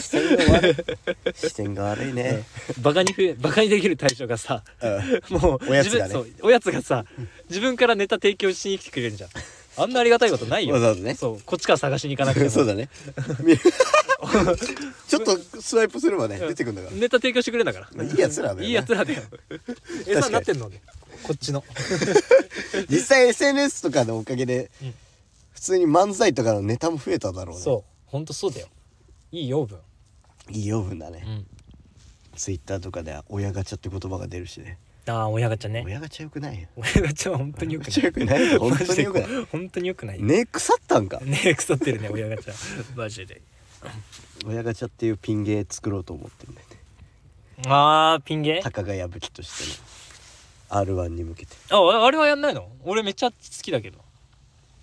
[SPEAKER 1] 視点が悪い視点が悪いね、
[SPEAKER 2] バカに増えバカにできる対象がさ
[SPEAKER 1] うん
[SPEAKER 2] もう
[SPEAKER 1] おやつがね
[SPEAKER 2] 自分そうおやつがさ自分からネタ提供しに来てくれるじゃんあんなありがたいことないよ
[SPEAKER 1] わざわざね
[SPEAKER 2] そうこっちから探しに行かなくても
[SPEAKER 1] そうだね ちょっとスワイプすればね出てくるんだから
[SPEAKER 2] ネタ提供してくれるんだから、
[SPEAKER 1] まあいいやつらだよね
[SPEAKER 2] いいやつらだよ餌になってんのねこっちの
[SPEAKER 1] 実際 SNS とかのおかげで、
[SPEAKER 2] うん
[SPEAKER 1] 普通に漫才とかのネタも増えただろうね
[SPEAKER 2] そうほんとそうだよいい養分
[SPEAKER 1] いい養分だね、
[SPEAKER 2] うん
[SPEAKER 1] ツイッターとかでは親ガチャって言葉が出るしね
[SPEAKER 2] ああ親ガチャね
[SPEAKER 1] 親ガチャよくないよ
[SPEAKER 2] 親ガチャは本当によく
[SPEAKER 1] 親ガチャ
[SPEAKER 2] な
[SPEAKER 1] よく
[SPEAKER 2] い
[SPEAKER 1] ない本
[SPEAKER 2] マ
[SPEAKER 1] 当
[SPEAKER 2] ジ
[SPEAKER 1] に
[SPEAKER 2] で
[SPEAKER 1] よくない
[SPEAKER 2] 本当によくないね
[SPEAKER 1] ね腐ったんか
[SPEAKER 2] 腐ってるね親ガチャマジで
[SPEAKER 1] 親ガチャっていうピン芸作ろうと思ってるんだよね
[SPEAKER 2] あーピン芸
[SPEAKER 1] たかが矢吹としてね r 1に向けて
[SPEAKER 2] あああれはやんないの俺めっちゃ好きだけど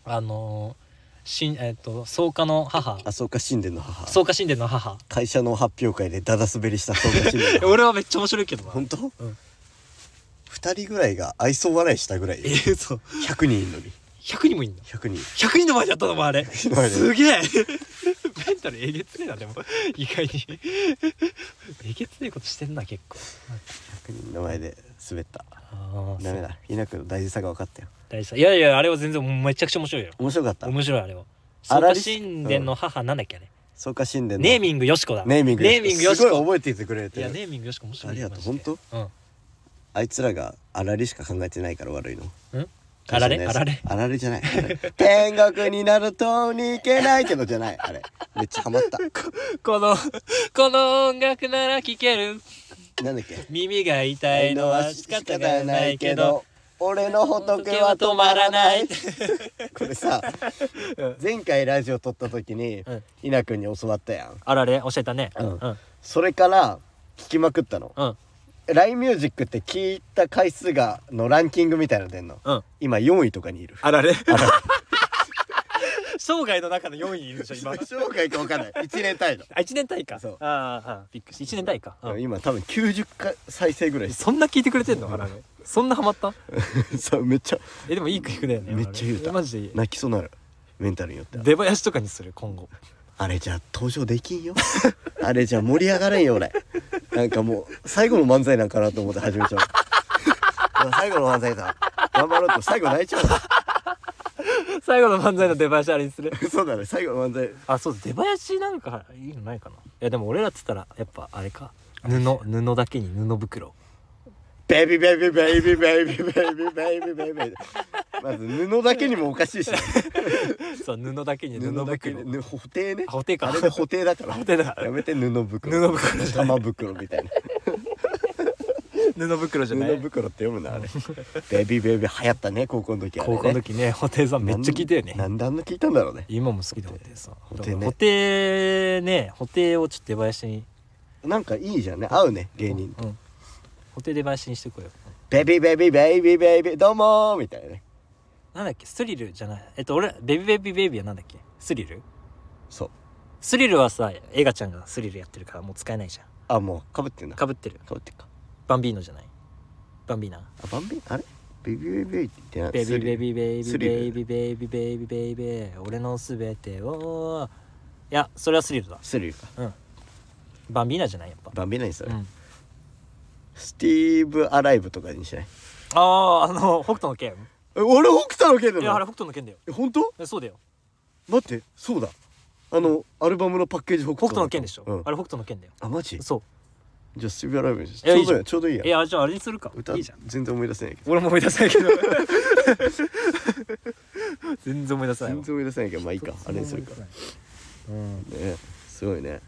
[SPEAKER 2] あのー、しんえっ、と草加の母
[SPEAKER 1] あそうか神殿の母
[SPEAKER 2] 草加神殿の母
[SPEAKER 1] 会社の発表会でダダ滑りしたそうか神殿の母
[SPEAKER 2] 俺はめっちゃ面白いけどな
[SPEAKER 1] 本当
[SPEAKER 2] うん
[SPEAKER 1] 2人ぐらいが愛想笑いしたぐらい
[SPEAKER 2] え
[SPEAKER 1] よ
[SPEAKER 2] ー、そう
[SPEAKER 1] 100人いるのに
[SPEAKER 2] 100人もいんの
[SPEAKER 1] 100人
[SPEAKER 2] 100人の前でやったのもあれ
[SPEAKER 1] の前です
[SPEAKER 2] げえメンタルえげつねえなでも意外にえげつねえことしてんな結構
[SPEAKER 1] 100人の前で滑った
[SPEAKER 2] ああ
[SPEAKER 1] ダメだひなくの大事さが分かったよ
[SPEAKER 2] 大事だいやいやあれは全然めちゃくちゃ面白いよ
[SPEAKER 1] 面白かった
[SPEAKER 2] 面白いあれは
[SPEAKER 1] あ
[SPEAKER 2] 草
[SPEAKER 1] ら
[SPEAKER 2] 加
[SPEAKER 1] り
[SPEAKER 2] 神殿の母なんだっけあれ
[SPEAKER 1] そうか神殿の
[SPEAKER 2] ネーミングよしこだ
[SPEAKER 1] ネーミング
[SPEAKER 2] ネーミングよし
[SPEAKER 1] すごい
[SPEAKER 2] こ
[SPEAKER 1] 覚えていてくれ
[SPEAKER 2] い
[SPEAKER 1] て
[SPEAKER 2] や
[SPEAKER 1] る
[SPEAKER 2] ネーミングよしこ面白い
[SPEAKER 1] ありがとう
[SPEAKER 2] マジで
[SPEAKER 1] 本
[SPEAKER 2] うん
[SPEAKER 1] あいつらがあられしか考えてないから悪いの
[SPEAKER 2] んあられあられ
[SPEAKER 1] あられじゃないあれ天国になるとに行けないけどじゃないあれめっちゃハマった
[SPEAKER 2] このこの音楽なら聴ける
[SPEAKER 1] なんだっけ
[SPEAKER 2] 耳が痛いのは仕方がないけど
[SPEAKER 1] 俺の仏は止まらない これさ前回ラジオ撮った時に
[SPEAKER 2] うん
[SPEAKER 1] 稲君に教わったやん
[SPEAKER 2] あられ教えたね
[SPEAKER 1] うん
[SPEAKER 2] うん
[SPEAKER 1] それから聞きまくったの
[SPEAKER 2] うん
[SPEAKER 1] ラインミュージックって聞いた回数がのランキングみたいなの出んの
[SPEAKER 2] うん
[SPEAKER 1] 今4位とかにいる
[SPEAKER 2] あられ生涯の中の4位いるでしょ今
[SPEAKER 1] 紹介か分かんない1年単位の
[SPEAKER 2] あ1年単位か
[SPEAKER 1] そう
[SPEAKER 2] ああああびっくりした1年単位かうん
[SPEAKER 1] 今多分90回再生ぐらい
[SPEAKER 2] そんな聞いてくれてんのあられそんなハマった
[SPEAKER 1] そうめっちゃ
[SPEAKER 2] えでもいい曲だよね
[SPEAKER 1] めっちゃ言うた
[SPEAKER 2] あられマジでいい
[SPEAKER 1] 泣きそうなるメンタルによっては
[SPEAKER 2] 出囃子とかにする今後
[SPEAKER 1] あれじゃ登場できんよ あれじゃ盛り上がれんよ俺なんかもう最後の漫才なんかなと思って始め ちゃううわ最後の漫才だ頑張ろうと最後泣いちゃう わ
[SPEAKER 2] 最後の漫才の出囃子あれにする
[SPEAKER 1] そうだね最後の漫才
[SPEAKER 2] あそう出囃子なんかいいのないかないやでも俺らっつったらやっぱあれか布布だけに布袋
[SPEAKER 1] ベイビーベイビーベイビーベイビーベイビーベイビーベイビーまず布だけにもおかしいしね、
[SPEAKER 2] そう布だけ に布
[SPEAKER 1] 布だけ
[SPEAKER 2] 袋
[SPEAKER 1] に布補袋ね
[SPEAKER 2] あ補袋か
[SPEAKER 1] あれで補袋だから
[SPEAKER 2] 布袋だ
[SPEAKER 1] やめて布袋
[SPEAKER 2] 布袋
[SPEAKER 1] 玉袋みたいな
[SPEAKER 2] 布袋じゃない
[SPEAKER 1] 布袋って読む なあれベビーベビー流行ったね高校の時あれ、ね、
[SPEAKER 2] 高校の時ね布袋さんめっちゃ聞いたよね
[SPEAKER 1] なんであんな聞いたんだろうね
[SPEAKER 2] 今も好きだ布袋さん
[SPEAKER 1] 布袋ね
[SPEAKER 2] 布袋ね布袋をちょっと出囃子に
[SPEAKER 1] なんかいいじゃんね合うね芸人
[SPEAKER 2] うん布袋出囃子にしてこよう
[SPEAKER 1] ベビーベビーベビーベビーどうもーみたいなね
[SPEAKER 2] なんだっけスリルじゃないえっと俺ベビーベビーベビーはなんだっけスリル
[SPEAKER 1] そう
[SPEAKER 2] スリルはさエガちゃんがスリルやってるからもう使えないじゃん
[SPEAKER 1] あもうかぶってんだか
[SPEAKER 2] かぶってる
[SPEAKER 1] ぶってっか
[SPEAKER 2] バンビーノじゃないバンビーナ
[SPEAKER 1] あバンビあれベビーベビーってな
[SPEAKER 2] ベビーベビーベイビ
[SPEAKER 1] ス
[SPEAKER 2] ー
[SPEAKER 1] リル
[SPEAKER 2] ベイビーベイビーベイビーベイビー俺のすべてをいやそれはスリルだ
[SPEAKER 1] スリルか
[SPEAKER 2] うんバンビーナじゃないやっぱ
[SPEAKER 1] バンビないそれ、
[SPEAKER 2] うん
[SPEAKER 1] スティーブ・アライブとかにしない
[SPEAKER 2] あああの北斗の剣
[SPEAKER 1] え俺北斗の剣
[SPEAKER 2] いやあ
[SPEAKER 1] な
[SPEAKER 2] れ
[SPEAKER 1] の
[SPEAKER 2] 北斗の剣だよ
[SPEAKER 1] え本当
[SPEAKER 2] えそうだよ
[SPEAKER 1] 待ってそうだあのアルバムのパッケージ北
[SPEAKER 2] 北
[SPEAKER 1] 斗
[SPEAKER 2] 斗の剣でしょ、
[SPEAKER 1] うん
[SPEAKER 2] あれ北斗の剣だよ
[SPEAKER 1] あマジ
[SPEAKER 2] そ
[SPEAKER 1] じゃあスティーブ・アライブにし
[SPEAKER 2] いや
[SPEAKER 1] ちょ
[SPEAKER 2] いういじ
[SPEAKER 1] ど
[SPEAKER 2] ゃ
[SPEAKER 1] い
[SPEAKER 2] ん
[SPEAKER 1] いちょうどいいや
[SPEAKER 2] ういやじゃああれにするか
[SPEAKER 1] 歌
[SPEAKER 2] いいじゃん
[SPEAKER 1] 全然思い出せないけど
[SPEAKER 2] 俺も思い出せないけど 全然思い出せないわ
[SPEAKER 1] 全然思い出せないけどまあいいかあれにするか
[SPEAKER 2] うん
[SPEAKER 1] ねすごいね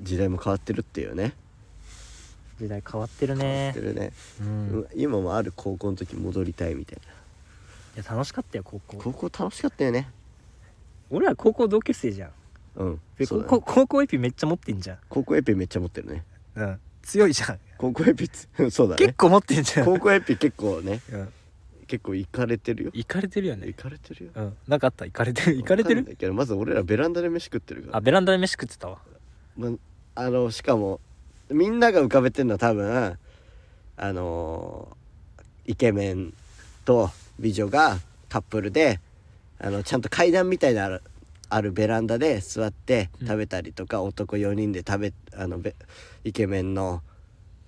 [SPEAKER 1] 時代も変わってるっていうね
[SPEAKER 2] 時代変わってる
[SPEAKER 1] 変わ
[SPEAKER 2] ね
[SPEAKER 1] ってるね、
[SPEAKER 2] うん
[SPEAKER 1] う
[SPEAKER 2] い
[SPEAKER 1] ん今もある高校の時戻りたいみたい
[SPEAKER 2] や楽しかったよ高
[SPEAKER 1] な
[SPEAKER 2] 校
[SPEAKER 1] 高校楽しかったよね
[SPEAKER 2] 俺ら高校同級生じゃん
[SPEAKER 1] うん
[SPEAKER 2] で
[SPEAKER 1] そうだね
[SPEAKER 2] 高校高校エピめっちゃ持ってんじゃん
[SPEAKER 1] 高校エピめっちゃ持ってるね
[SPEAKER 2] うん強いじゃん
[SPEAKER 1] 高校エピつそうだ
[SPEAKER 2] 結
[SPEAKER 1] ね
[SPEAKER 2] 構持ってんじゃん
[SPEAKER 1] 高校エピ結構ね
[SPEAKER 2] うん
[SPEAKER 1] 結構いかれてるよ
[SPEAKER 2] 行かれてるよね
[SPEAKER 1] いかれてるよ
[SPEAKER 2] うんなんかあった行かれてる行かれて
[SPEAKER 1] わんな
[SPEAKER 2] る
[SPEAKER 1] いけどまず俺らベランダで飯食ってるから
[SPEAKER 2] あベランダで飯食ってたわ
[SPEAKER 1] まあのしかもみんなが浮かべてるのは多分あのイケメンと美女がカップルであのちゃんと階段みたいなあるあるベランダで座って
[SPEAKER 2] うん
[SPEAKER 1] 食べたりとか、男4人で食べあのべイケメンの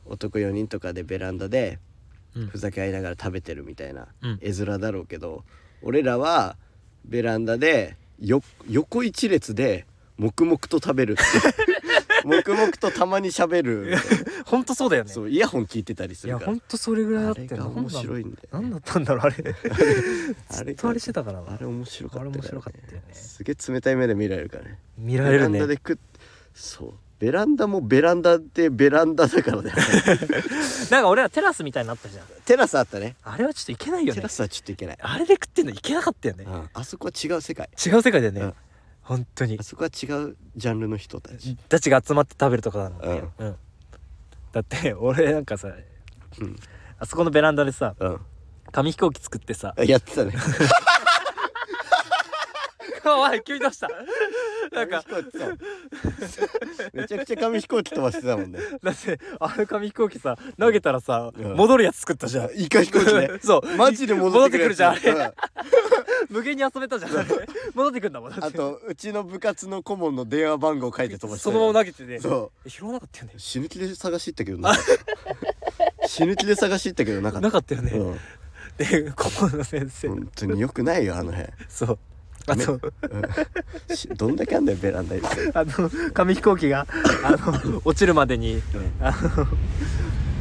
[SPEAKER 1] 男4人とかでベランダで
[SPEAKER 2] うん
[SPEAKER 1] ふざけ合いながら食べてるみたいな、
[SPEAKER 2] うん
[SPEAKER 1] 絵面だろうけど俺らはベランダでよ横一列で黙々と食べるって いう黙々とたまに喋る
[SPEAKER 2] ほんとそうだよね
[SPEAKER 1] そうイヤホン聞いてたりす
[SPEAKER 2] い
[SPEAKER 1] る
[SPEAKER 2] や
[SPEAKER 1] から
[SPEAKER 2] ほんとそれぐらいだ
[SPEAKER 1] あ
[SPEAKER 2] った
[SPEAKER 1] れ
[SPEAKER 2] よ
[SPEAKER 1] が面白いんだよ
[SPEAKER 2] 何
[SPEAKER 1] ね
[SPEAKER 2] だったんだろうあれず
[SPEAKER 1] あれ
[SPEAKER 2] っとあれしてたからな
[SPEAKER 1] あれ面白かった
[SPEAKER 2] あれ面白かったよね
[SPEAKER 1] すげえ冷たい目で見られるからね
[SPEAKER 2] 見られる
[SPEAKER 1] ベラン
[SPEAKER 2] ね
[SPEAKER 1] ダで食っそうベランダもベランダでベランダだからね
[SPEAKER 2] なんか俺らテラスみたいになったじゃん
[SPEAKER 1] テラスあったね
[SPEAKER 2] あれはちょっといけないよ
[SPEAKER 1] テ
[SPEAKER 2] ね
[SPEAKER 1] ラスはちょっといけない、
[SPEAKER 2] あれで食ってんのいけなかったよね
[SPEAKER 1] うんあそこは違う世界
[SPEAKER 2] 違う世界だよね、
[SPEAKER 1] うん
[SPEAKER 2] 本当に
[SPEAKER 1] あそこは違うジャンルの人たち、
[SPEAKER 2] たちが集まって食べるとかなのね、うんだって俺なんかさ
[SPEAKER 1] うん
[SPEAKER 2] あそこのベランダでさ
[SPEAKER 1] うん、
[SPEAKER 2] 紙飛行機作ってさ
[SPEAKER 1] やってたね
[SPEAKER 2] おい急に出した なんか
[SPEAKER 1] 紙飛行機さめちゃくちゃ紙飛行機飛ばしてたもんね
[SPEAKER 2] だってあの紙飛行機さ投げたらさ、
[SPEAKER 1] うん
[SPEAKER 2] 戻るやつ作ったじゃん
[SPEAKER 1] イカ飛行機 ね
[SPEAKER 2] そう
[SPEAKER 1] マジで戻ってくるやつ
[SPEAKER 2] 戻ってくるじゃんあれ
[SPEAKER 1] うん
[SPEAKER 2] 無限に遊べたじゃんあれ戻ってくんだもんだって
[SPEAKER 1] あとうちの部活の顧問の電話番号書いて飛ばして
[SPEAKER 2] そ
[SPEAKER 1] たよ
[SPEAKER 2] のまま投げてね
[SPEAKER 1] そ
[SPEAKER 2] 拾わなかったよね
[SPEAKER 1] う死ぬ気で探していったけどなか った死ぬ気で探していったけどなかっ
[SPEAKER 2] な
[SPEAKER 1] た
[SPEAKER 2] かったよね、
[SPEAKER 1] うん
[SPEAKER 2] で顧問の先生、
[SPEAKER 1] 本当によくないよあの辺
[SPEAKER 2] そうあと
[SPEAKER 1] うんしどんだけあんだよベランダに
[SPEAKER 2] あの紙飛行機があの落ちるまでにあの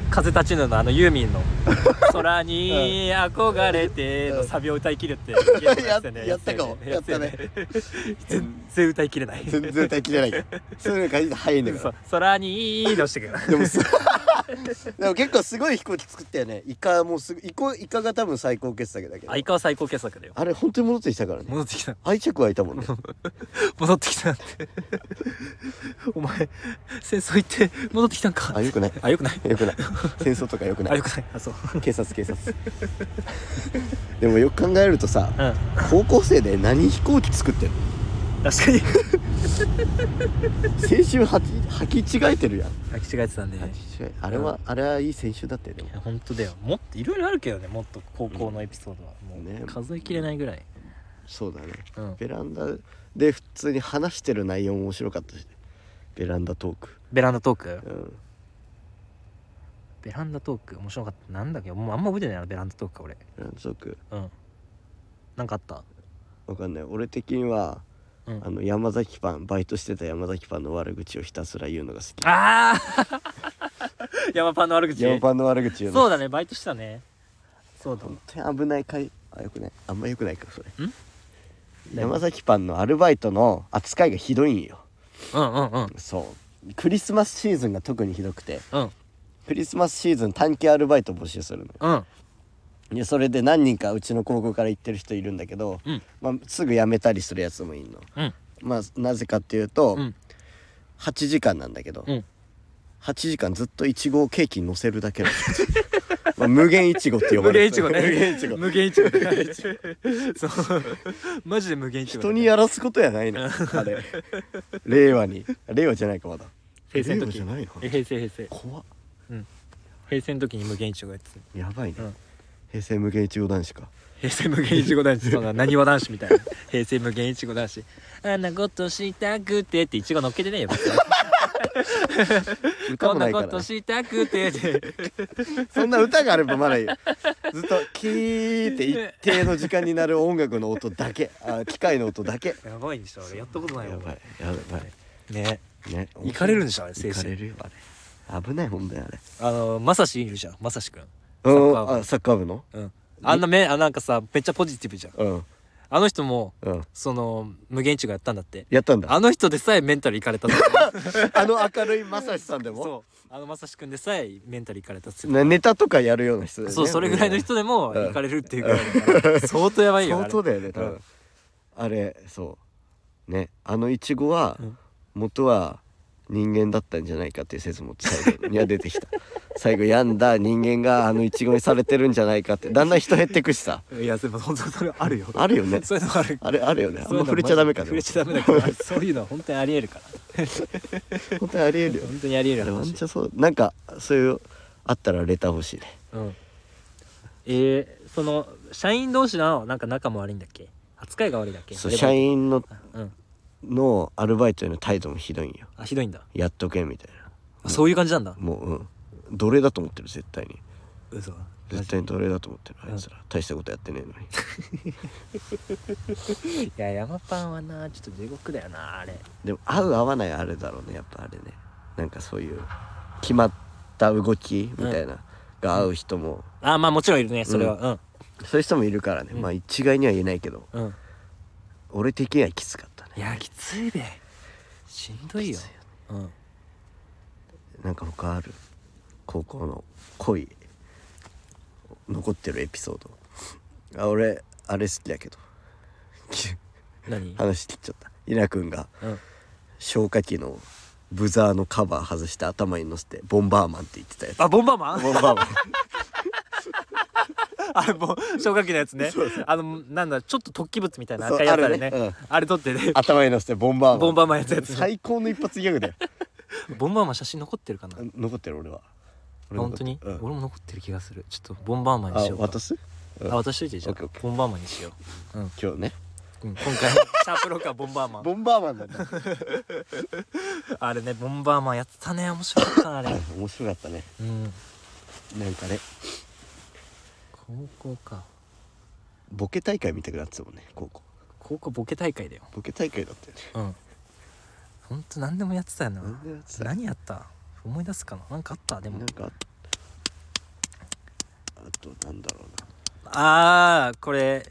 [SPEAKER 2] 風立ちぬのあのユー ミンの「空に憧れて」のサビを歌い切るって
[SPEAKER 1] ややったかも
[SPEAKER 2] やった
[SPEAKER 1] や
[SPEAKER 2] よね全然歌い切れない
[SPEAKER 1] 全然耐えきれないからそういうのがいい早いんだ
[SPEAKER 2] そ
[SPEAKER 1] か
[SPEAKER 2] う空にどうしてくる
[SPEAKER 1] らでもすでも結構すごい飛行機作ったよねイカもうすぐイコイカが多分最高傑作だけど
[SPEAKER 2] 相川最高傑作だよ
[SPEAKER 1] あれ本当に戻ってきたからね
[SPEAKER 2] 戻ってきた
[SPEAKER 1] 愛着湧いた もんね
[SPEAKER 2] 戻ってきたってお前戦争行って戻ってきたんか
[SPEAKER 1] あよくない
[SPEAKER 2] あよくない
[SPEAKER 1] よくない戦争とかよくな
[SPEAKER 2] あ
[SPEAKER 1] い
[SPEAKER 2] よくないあそう
[SPEAKER 1] 警察警察 でもよく考えるとさ
[SPEAKER 2] うん
[SPEAKER 1] 高校生で何飛行機作ってるの
[SPEAKER 2] 確かに
[SPEAKER 1] 青春はき履き違えてるやん
[SPEAKER 2] 履き違えてたね、
[SPEAKER 1] 履き違えあれは、あれはいい青春だったよでも
[SPEAKER 2] いや本当だよもっといろいろあるけどねもっと高校のエピソードは、
[SPEAKER 1] うん
[SPEAKER 2] もう
[SPEAKER 1] ね
[SPEAKER 2] 数えきれないぐらい、
[SPEAKER 1] そうだね
[SPEAKER 2] うん、
[SPEAKER 1] ベランダで普通に話してる内容も面白かったしベランダトーク
[SPEAKER 2] ベランダトーク
[SPEAKER 1] うん
[SPEAKER 2] ベランダトーク面白かったなんだっけもうあんま覚えてないなベランダトークか俺
[SPEAKER 1] ベランダトーク
[SPEAKER 2] うんなんかあった
[SPEAKER 1] わかんない俺的には
[SPEAKER 2] うん
[SPEAKER 1] あの山崎パンバイトしてた山崎パンの悪口をひたすら言うのが好き
[SPEAKER 2] ああ 山パンの悪口
[SPEAKER 1] 山パンの悪口言うの
[SPEAKER 2] そうだねバイトしたねそうだ
[SPEAKER 1] 本当に危ない会あよくないあんまよくないかそれ
[SPEAKER 2] ん
[SPEAKER 1] 山崎パンのアルバイトの扱いがひどいんよ
[SPEAKER 2] うんうんうん
[SPEAKER 1] そうクリスマスシーズンが特にひどくて
[SPEAKER 2] うん
[SPEAKER 1] クリスマスシーズン短期アルバイト募集するのよ
[SPEAKER 2] うん
[SPEAKER 1] でそれで何人かうちの高校から行ってる人いるんだけど、
[SPEAKER 2] うん
[SPEAKER 1] まあ、すぐ辞めたりするやつもいるの
[SPEAKER 2] うん
[SPEAKER 1] まあなぜかっていうと、
[SPEAKER 2] うん
[SPEAKER 1] 8時間なんだけど、
[SPEAKER 2] うん
[SPEAKER 1] 8時間ずっといちごをケーキに乗せるだけなの まあ無限いちごって呼ば
[SPEAKER 2] 無
[SPEAKER 1] れ
[SPEAKER 2] 限
[SPEAKER 1] る
[SPEAKER 2] いちごね
[SPEAKER 1] 無限いちご
[SPEAKER 2] 無限いちごそうマジで無限いちご
[SPEAKER 1] 人にやらすことやないのあれ令和に令和じゃないかまだ
[SPEAKER 2] 平成の
[SPEAKER 1] 和
[SPEAKER 2] 時
[SPEAKER 1] じゃないの
[SPEAKER 2] え平成平成
[SPEAKER 1] 怖っ
[SPEAKER 2] 平成の時に無限いちごやってた
[SPEAKER 1] やばいね、
[SPEAKER 2] うん
[SPEAKER 1] 平成無限いちご男子か
[SPEAKER 2] 平成無限いちご男子そんななにわ男子みたいな平成無限いちご男子あんなことしたくてっていちご乗っけてねえよ別に
[SPEAKER 1] 歌
[SPEAKER 2] こ
[SPEAKER 1] も
[SPEAKER 2] ん
[SPEAKER 1] な
[SPEAKER 2] ない
[SPEAKER 1] か
[SPEAKER 2] こ
[SPEAKER 1] ら
[SPEAKER 2] と
[SPEAKER 1] ね
[SPEAKER 2] したくてって
[SPEAKER 1] そんな歌があればまだいいよずっとキーって一定の時間になる音楽の音だけあ機械の音だけ
[SPEAKER 2] やばいんでしょ俺やったことない
[SPEAKER 1] や
[SPEAKER 2] よ
[SPEAKER 1] ばいやば
[SPEAKER 2] いね
[SPEAKER 1] いね
[SPEAKER 2] 行かれるんでしょあれ
[SPEAKER 1] 行
[SPEAKER 2] 精
[SPEAKER 1] か
[SPEAKER 2] 神
[SPEAKER 1] れるよあれ危ないもんだよあれ
[SPEAKER 2] あのまさしいるじゃんまさしくん
[SPEAKER 1] う
[SPEAKER 2] カー部
[SPEAKER 1] んあサッカー部の
[SPEAKER 2] うんあんなめあなんかさめっちゃポジティブじゃん
[SPEAKER 1] うん
[SPEAKER 2] あの人も
[SPEAKER 1] うん
[SPEAKER 2] その無限いちごやったんだって
[SPEAKER 1] やったんだ
[SPEAKER 2] あの人でさえメンタルいかれたの
[SPEAKER 1] あの明るいまさしさんでも
[SPEAKER 2] そうあのまさしくんでさえメンタルいかれたっつって
[SPEAKER 1] ねネタとかやるような人だよね
[SPEAKER 2] そうそれぐらいの人でも
[SPEAKER 1] うん
[SPEAKER 2] いかれるっていうぐらいだから相当やばいよあ
[SPEAKER 1] 相
[SPEAKER 2] れ
[SPEAKER 1] 当だよね多
[SPEAKER 2] う
[SPEAKER 1] 分
[SPEAKER 2] ん
[SPEAKER 1] あれそうねあのイチゴは
[SPEAKER 2] うん
[SPEAKER 1] 元は人間だったんじゃないかっていう説も最後には出てきた 最後病んだ人間があのイチゴにされてるんじゃないかってだんだん人減ってくしさ
[SPEAKER 2] いやでも本当それあるよ
[SPEAKER 1] あるよね
[SPEAKER 2] そういうのある
[SPEAKER 1] あれあるよねあん
[SPEAKER 2] そうい
[SPEAKER 1] ま
[SPEAKER 2] うの
[SPEAKER 1] 触れちゃダメか
[SPEAKER 2] 触れ
[SPEAKER 1] ね
[SPEAKER 2] ちゃダメだけどそういうのは本当にありえるから
[SPEAKER 1] 本当にありえるよ
[SPEAKER 2] 本当にありえ
[SPEAKER 1] あ
[SPEAKER 2] る
[SPEAKER 1] れワン
[SPEAKER 2] 話
[SPEAKER 1] チャンそうなんかそういうあったらレター欲しいね
[SPEAKER 2] うんえー、その社員同士のなんか仲も悪いんだっけ扱いが悪いんだっけ
[SPEAKER 1] そう
[SPEAKER 2] レバー
[SPEAKER 1] 社員の
[SPEAKER 2] うん
[SPEAKER 1] のアルバイトへの態度もひどいんよ
[SPEAKER 2] あひどいんだ
[SPEAKER 1] やっとけみたいな
[SPEAKER 2] あそういう感じなんだ
[SPEAKER 1] もううん奴隷だと思ってる絶対に
[SPEAKER 2] 嘘
[SPEAKER 1] 絶対に奴隷だと思ってるあいつら大したことやってねえのに
[SPEAKER 2] いや山パンはなちょっと地獄だよなあれ
[SPEAKER 1] でも合う合わないあれだろうねやっぱあれねなんかそういう決まった動きみたいな、が合う人も
[SPEAKER 2] あまあもちろんいるねそれは
[SPEAKER 1] そういう人もいるからね、まあ一概には言えないけど
[SPEAKER 2] うんうん、
[SPEAKER 1] 俺的にはきつかったね
[SPEAKER 2] いやきついでしんどいよ
[SPEAKER 1] きつい
[SPEAKER 2] うん
[SPEAKER 1] なんか他ある高校の恋残ってるエピソードあ俺あれ好きだけどき
[SPEAKER 2] 何
[SPEAKER 1] 話切っちゃった稲君が
[SPEAKER 2] うん
[SPEAKER 1] 消火器のブザーのカバー外して頭に乗せて「ボンバーマン」って言ってたやつ
[SPEAKER 2] あボンバーマン
[SPEAKER 1] ボンバーマン
[SPEAKER 2] あれもう消火器のやつねあのなんだちょっと突起物みたいな赤いやつあるね
[SPEAKER 1] そうあるねうん
[SPEAKER 2] あれ撮ってね
[SPEAKER 1] 頭に乗せてボンバーマン
[SPEAKER 2] ボンバーマンやったやつ
[SPEAKER 1] 最高の一発ギャグだよ
[SPEAKER 2] ボンバーマン写真残ってるかな
[SPEAKER 1] 残ってる俺は俺残っ
[SPEAKER 2] 本当に、
[SPEAKER 1] うん
[SPEAKER 2] 俺も残ってる気がするちょっとボンバーマンに
[SPEAKER 1] あ
[SPEAKER 2] しようか
[SPEAKER 1] 渡す
[SPEAKER 2] あ渡しといてじゃ
[SPEAKER 1] オ
[SPEAKER 2] ん
[SPEAKER 1] ッケーオッケ
[SPEAKER 2] ボンバーマンにしよう、うん
[SPEAKER 1] 今日ね
[SPEAKER 2] うん、今 回シャープロッカーボンバーマン
[SPEAKER 1] ボンバーマンだった
[SPEAKER 2] あれねボンバーマンやってたね面白かったなあれ
[SPEAKER 1] 面白かったね
[SPEAKER 2] うん
[SPEAKER 1] なんかね
[SPEAKER 2] 高校か
[SPEAKER 1] ボケ大会見たくなってたもんね高校
[SPEAKER 2] 高校ボケ大会だよ
[SPEAKER 1] ボケ大会だったよね
[SPEAKER 2] うんほんと何でもやってたよな
[SPEAKER 1] 何でやってた
[SPEAKER 2] 何やった思い出すかななんかあったでも
[SPEAKER 1] なんかあとなんだろうな
[SPEAKER 2] ああこれ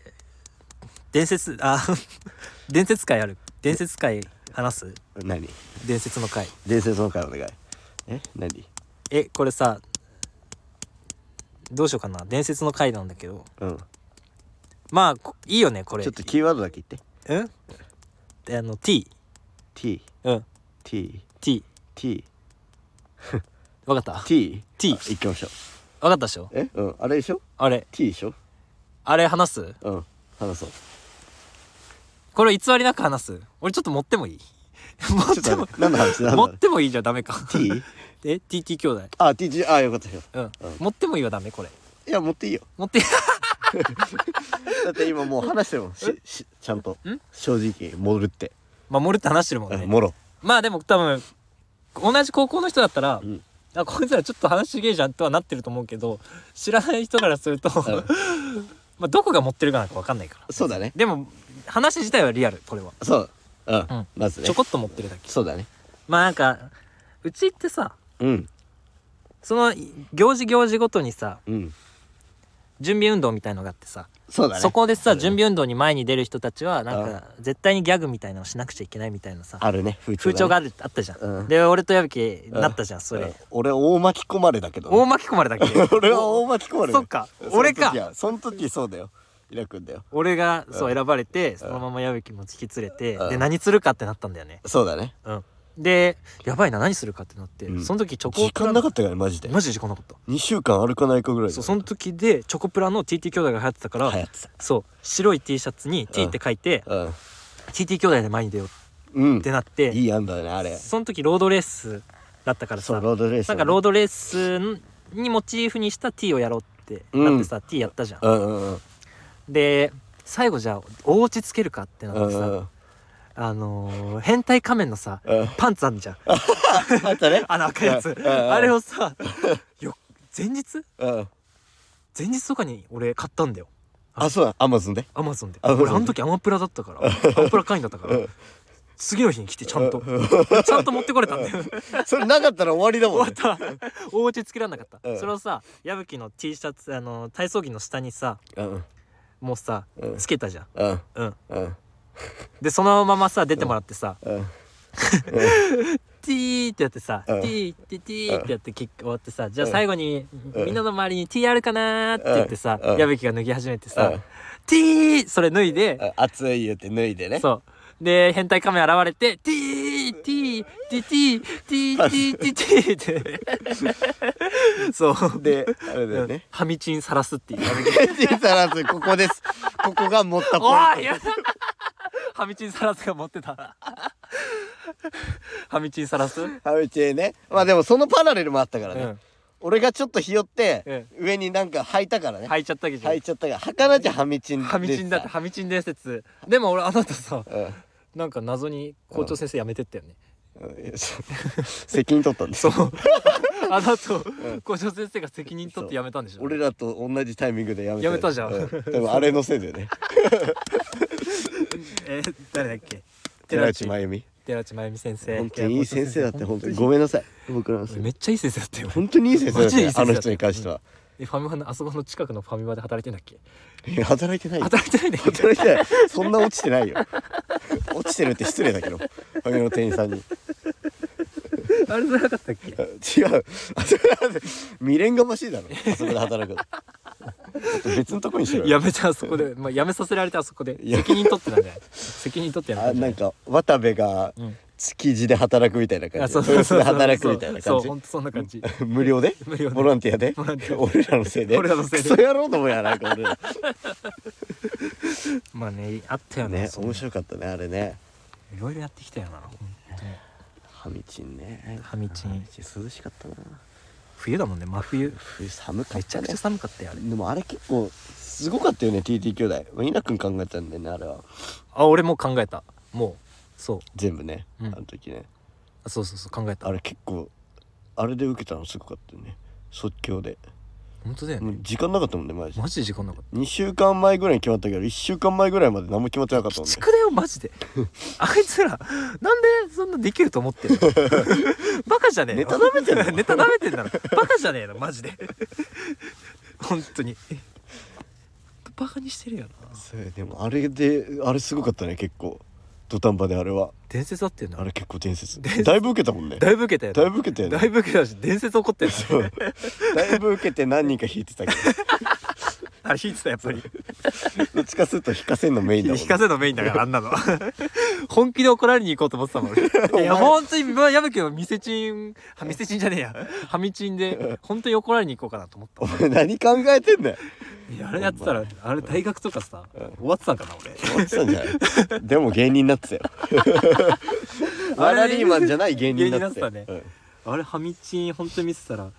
[SPEAKER 2] 伝説あ 伝説会ある伝説会話す
[SPEAKER 1] 何
[SPEAKER 2] 伝説の会
[SPEAKER 1] 伝説の会お願いえ何
[SPEAKER 2] えこれさどうしようかな伝説の回なんだけど
[SPEAKER 1] うん
[SPEAKER 2] まあこいいよねこれ
[SPEAKER 1] ちょっとキーワードだけ言って
[SPEAKER 2] うんであの T うん
[SPEAKER 1] TTTT
[SPEAKER 2] T わかった
[SPEAKER 1] T
[SPEAKER 2] T
[SPEAKER 1] 行きましょう
[SPEAKER 2] わかったでしょ
[SPEAKER 1] えうんあれでしょ
[SPEAKER 2] あれ
[SPEAKER 1] T でしょ
[SPEAKER 2] あれ話す
[SPEAKER 1] うん話そう
[SPEAKER 2] これ偽りなく話す俺ちょっと持ってもいい持っても
[SPEAKER 1] 何の話何の
[SPEAKER 2] 持
[SPEAKER 1] 話
[SPEAKER 2] ってもいいじゃダメか
[SPEAKER 1] T?
[SPEAKER 2] え TT 兄弟
[SPEAKER 1] あ TG あよかったよかった
[SPEAKER 2] うん
[SPEAKER 1] うん
[SPEAKER 2] 持ってもいいはダメこれ
[SPEAKER 1] いや持っていいよ
[SPEAKER 2] 持って
[SPEAKER 1] だって今もう話してるもんししちゃんと正直戻るって
[SPEAKER 2] 守るって話してるもんね
[SPEAKER 1] もろ
[SPEAKER 2] まあでも多分同じ高校の人だったら、
[SPEAKER 1] ん
[SPEAKER 2] あこいつらちょっと話しげえじゃんとはなってると思うけど知らない人からすると、 まあどこが持ってるかなんか分かんないから
[SPEAKER 1] そうだね
[SPEAKER 2] でも話自体はリアルこれは、
[SPEAKER 1] そうう
[SPEAKER 2] うんん
[SPEAKER 1] まずね
[SPEAKER 2] ちょこっと持ってるだけ
[SPEAKER 1] そうだね
[SPEAKER 2] まあなんかうちってさ
[SPEAKER 1] うん
[SPEAKER 2] その行事行事ごとにさ
[SPEAKER 1] うん
[SPEAKER 2] 準備運動みたいのがあってさ
[SPEAKER 1] そうだね
[SPEAKER 2] そこでさ、
[SPEAKER 1] そうだね
[SPEAKER 2] 準備運動に前に出る人たちはなんか絶対にギャグみたいなのをしなくちゃいけないみたいなさ
[SPEAKER 1] あるね風
[SPEAKER 2] 風潮が
[SPEAKER 1] あ
[SPEAKER 2] あるあったじゃん、
[SPEAKER 1] うん
[SPEAKER 2] で俺と矢吹なったじゃん、それ、
[SPEAKER 1] 俺大巻き込まれだけどね
[SPEAKER 2] 大巻き込まれたっけ
[SPEAKER 1] 俺は大巻き込まれだ
[SPEAKER 2] そっか俺
[SPEAKER 1] その時
[SPEAKER 2] か
[SPEAKER 1] はその時そうだよイラ君だよ
[SPEAKER 2] 俺がそううん選ばれてそのまま矢吹も引き連れて
[SPEAKER 1] うん
[SPEAKER 2] で何するかってなったんだよね
[SPEAKER 1] そうだね
[SPEAKER 2] うんでやばいな何するかってなって
[SPEAKER 1] うん
[SPEAKER 2] その時チョコ
[SPEAKER 1] 時
[SPEAKER 2] プラ
[SPEAKER 1] 間なかったからねマジで
[SPEAKER 2] マジで時間なかった
[SPEAKER 1] 2週間歩かないかぐらいだよ
[SPEAKER 2] そうその時でチョコプラの TT 兄弟が流行ってたから、
[SPEAKER 1] 流行ってた
[SPEAKER 2] そう白い T シャツに T って書いて、TT 兄弟で前に出よう
[SPEAKER 1] うん、うん
[SPEAKER 2] っ、てなって、
[SPEAKER 1] いい案だねあれ
[SPEAKER 2] その時ロードレースだったから
[SPEAKER 1] そ
[SPEAKER 2] さ
[SPEAKER 1] うロードレース
[SPEAKER 2] なんかロードレースにモチーフにした T をやろうってなってさ、T やったじゃん、
[SPEAKER 1] うんうんうん
[SPEAKER 2] で最後じゃあお家つけるかってな
[SPEAKER 1] う
[SPEAKER 2] ってさ、
[SPEAKER 1] んうん
[SPEAKER 2] あのー変態仮面のさ、
[SPEAKER 1] うん
[SPEAKER 2] パンツあんじゃん
[SPEAKER 1] あったね
[SPEAKER 2] あの赤いやつ、
[SPEAKER 1] うんうんうん
[SPEAKER 2] あれをさよ前日
[SPEAKER 1] うん
[SPEAKER 2] 前日とかに俺買ったんだよ
[SPEAKER 1] あそうだアマゾンで
[SPEAKER 2] アマゾンで
[SPEAKER 1] Amazon で
[SPEAKER 2] 俺あの時アマプラだったからアマプラ会員だったから、
[SPEAKER 1] うん
[SPEAKER 2] 次の日に来てちゃんとちゃんと持ってこれ たんだよ
[SPEAKER 1] それなかったら終わりだもん、ね、
[SPEAKER 2] 終わったお家つけらんなかった、
[SPEAKER 1] うん
[SPEAKER 2] それをさ矢吹の T シャツあの体操着の下にさ
[SPEAKER 1] うん
[SPEAKER 2] もうさ
[SPEAKER 1] うん
[SPEAKER 2] つけたじゃん
[SPEAKER 1] うん
[SPEAKER 2] うん
[SPEAKER 1] うん
[SPEAKER 2] でそのままさ出てもらってさ、
[SPEAKER 1] うん
[SPEAKER 2] ティーってやってさ、
[SPEAKER 1] うん
[SPEAKER 2] ティーティティーってやって結果終わってさ、じゃあ
[SPEAKER 1] うん
[SPEAKER 2] 最後に、
[SPEAKER 1] うん
[SPEAKER 2] みんなの周りにティーあるかなーって言ってさ、
[SPEAKER 1] うん
[SPEAKER 2] 矢吹が脱ぎ始めてさ、
[SPEAKER 1] うん
[SPEAKER 2] ティーそれ脱いで、
[SPEAKER 1] あ暑い言って脱いでね
[SPEAKER 2] そう。で、変態仮面現れて、ティーティーティティーティーティティーティーって。そう。
[SPEAKER 1] であれだよ
[SPEAKER 2] うん
[SPEAKER 1] ね
[SPEAKER 2] ハミチンさらすっていう。
[SPEAKER 1] ケンさらずここですここが持ったポイ
[SPEAKER 2] お
[SPEAKER 1] ン
[SPEAKER 2] いハミチンさらすが持ってた。ハミチンさらす
[SPEAKER 1] トハミチェねまあでもそのパラレルもあったからね、
[SPEAKER 2] うん
[SPEAKER 1] 俺がちょっとひよって、上になんか履いたからね、
[SPEAKER 2] 履いちゃったけど。
[SPEAKER 1] 履いちゃったから履かなきゃハミチン
[SPEAKER 2] ハミチンだって、ハミチン伝説。でも俺、あなたさ、
[SPEAKER 1] うん
[SPEAKER 2] なんか謎に校長先生辞めてったよね。
[SPEAKER 1] うんいやそう責任取ったんです
[SPEAKER 2] そう。あなた、校長先生が責任取って辞めたんでしょ
[SPEAKER 1] 俺らと同じタイミングでやめた
[SPEAKER 2] やめたじゃん
[SPEAKER 1] うでもあれのせいだよね
[SPEAKER 2] えー、誰だっけ
[SPEAKER 1] 寺内真由美
[SPEAKER 2] 寺内真由美先生
[SPEAKER 1] 本当にいい先生だって本当にご
[SPEAKER 2] ん
[SPEAKER 1] めんなさい僕らのせい
[SPEAKER 2] めっちゃいい先生だったよ
[SPEAKER 1] 本当にいい先生だ
[SPEAKER 2] マジでいい
[SPEAKER 1] っ
[SPEAKER 2] 先
[SPEAKER 1] た
[SPEAKER 2] 生
[SPEAKER 1] あの
[SPEAKER 2] だった
[SPEAKER 1] 人に関しては
[SPEAKER 2] えファミマのあそこの近くのファミマで働いてんだっけ
[SPEAKER 1] いや働いてないよ
[SPEAKER 2] 働いてないんだっけ
[SPEAKER 1] 働いてないそんな落ちてないよ落ちてるって失礼だけどファミマの店員さんに
[SPEAKER 2] あれじゃなかったっけ
[SPEAKER 1] あ違う あそれは未練がましいだろあそこで働くの別のとこにしろよ
[SPEAKER 2] やめてあそこで、まあ、やめさせられてあそこで
[SPEAKER 1] いや
[SPEAKER 2] 責任取ってたんじゃない責任取ってやめた
[SPEAKER 1] あ
[SPEAKER 2] んじゃ
[SPEAKER 1] な
[SPEAKER 2] ない
[SPEAKER 1] んか渡部が
[SPEAKER 2] うん
[SPEAKER 1] 築地で働くみたいな感
[SPEAKER 2] あ
[SPEAKER 1] じ、
[SPEAKER 2] そうそうそうそう
[SPEAKER 1] 豊洲で働くみたいな感
[SPEAKER 2] そう
[SPEAKER 1] じ
[SPEAKER 2] そう本当そんな感じ
[SPEAKER 1] 無料で
[SPEAKER 2] 無料で
[SPEAKER 1] ボランティアで
[SPEAKER 2] ボランティアで
[SPEAKER 1] 俺らのせいで
[SPEAKER 2] 俺らのせいで
[SPEAKER 1] クソ野郎どもやなんか俺ら
[SPEAKER 2] まあねあったよね
[SPEAKER 1] ね
[SPEAKER 2] そんな
[SPEAKER 1] 面白かったねあれね
[SPEAKER 2] いろいろやってきたよな本当に
[SPEAKER 1] ハミチンね
[SPEAKER 2] ハミチン
[SPEAKER 1] 涼しかったな
[SPEAKER 2] 冬だもんね真冬
[SPEAKER 1] 冬寒か
[SPEAKER 2] め
[SPEAKER 1] っ
[SPEAKER 2] ち
[SPEAKER 1] た
[SPEAKER 2] ゃく
[SPEAKER 1] ね
[SPEAKER 2] ちゃ寒かったよあれ
[SPEAKER 1] でもあれ結構すごかったよね TT 兄弟まあ稲君考えたんだよねあれは
[SPEAKER 2] あ俺もう考えたもうそう
[SPEAKER 1] 全部ね、
[SPEAKER 2] うん
[SPEAKER 1] あの時ね
[SPEAKER 2] あそうそうそう考えた
[SPEAKER 1] あれ結構あれで受けたのすごかったよね即興で
[SPEAKER 2] 本当だよ
[SPEAKER 1] も
[SPEAKER 2] ね
[SPEAKER 1] う時間なかったもんねマジで
[SPEAKER 2] マジで時間なかった
[SPEAKER 1] 2週間前ぐらいに決まったけど1週間前ぐらいまで何も決まってなかったもんね
[SPEAKER 2] 地区だよマジ であいつらなんでそんなできると思 ってるのバカじゃねえの
[SPEAKER 1] ネタ舐めてんの
[SPEAKER 2] ネタ舐めてんだろバカじゃねえのマジで本当にバカにしてるよ な
[SPEAKER 1] そうでもあれであれすごかったね結構土壇場であれは
[SPEAKER 2] 伝説だったよな
[SPEAKER 1] あれ結構伝説
[SPEAKER 2] 伝説
[SPEAKER 1] だいぶ受けたもんね
[SPEAKER 2] だいぶ受けたよな
[SPEAKER 1] だいぶ受けたよね
[SPEAKER 2] だいぶ受けたし伝説起こったよ
[SPEAKER 1] そ
[SPEAKER 2] な
[SPEAKER 1] うだいぶ受けて何人か引いてたけ
[SPEAKER 2] あれ弾いてたやっぱり
[SPEAKER 1] どどっちかすると引かせんのメインだもん、ね、
[SPEAKER 2] 引かせのメインだからあんな の本気で怒られに行こうと思ってたもん 俺いや本当にまあ矢吹の店チンは店チンじゃねえやハミチンで本当に怒られに行こうかなと思った
[SPEAKER 1] お前何考えてんだよ
[SPEAKER 2] いやあれやってたらあれ大学とかさ、終わってたんかな俺
[SPEAKER 1] 思ってたんじゃないでも芸人になって たよサラリーマンじゃない芸人になってたよ
[SPEAKER 2] 芸人になって
[SPEAKER 1] う
[SPEAKER 2] た
[SPEAKER 1] ん
[SPEAKER 2] あれハミチン本当に見てたら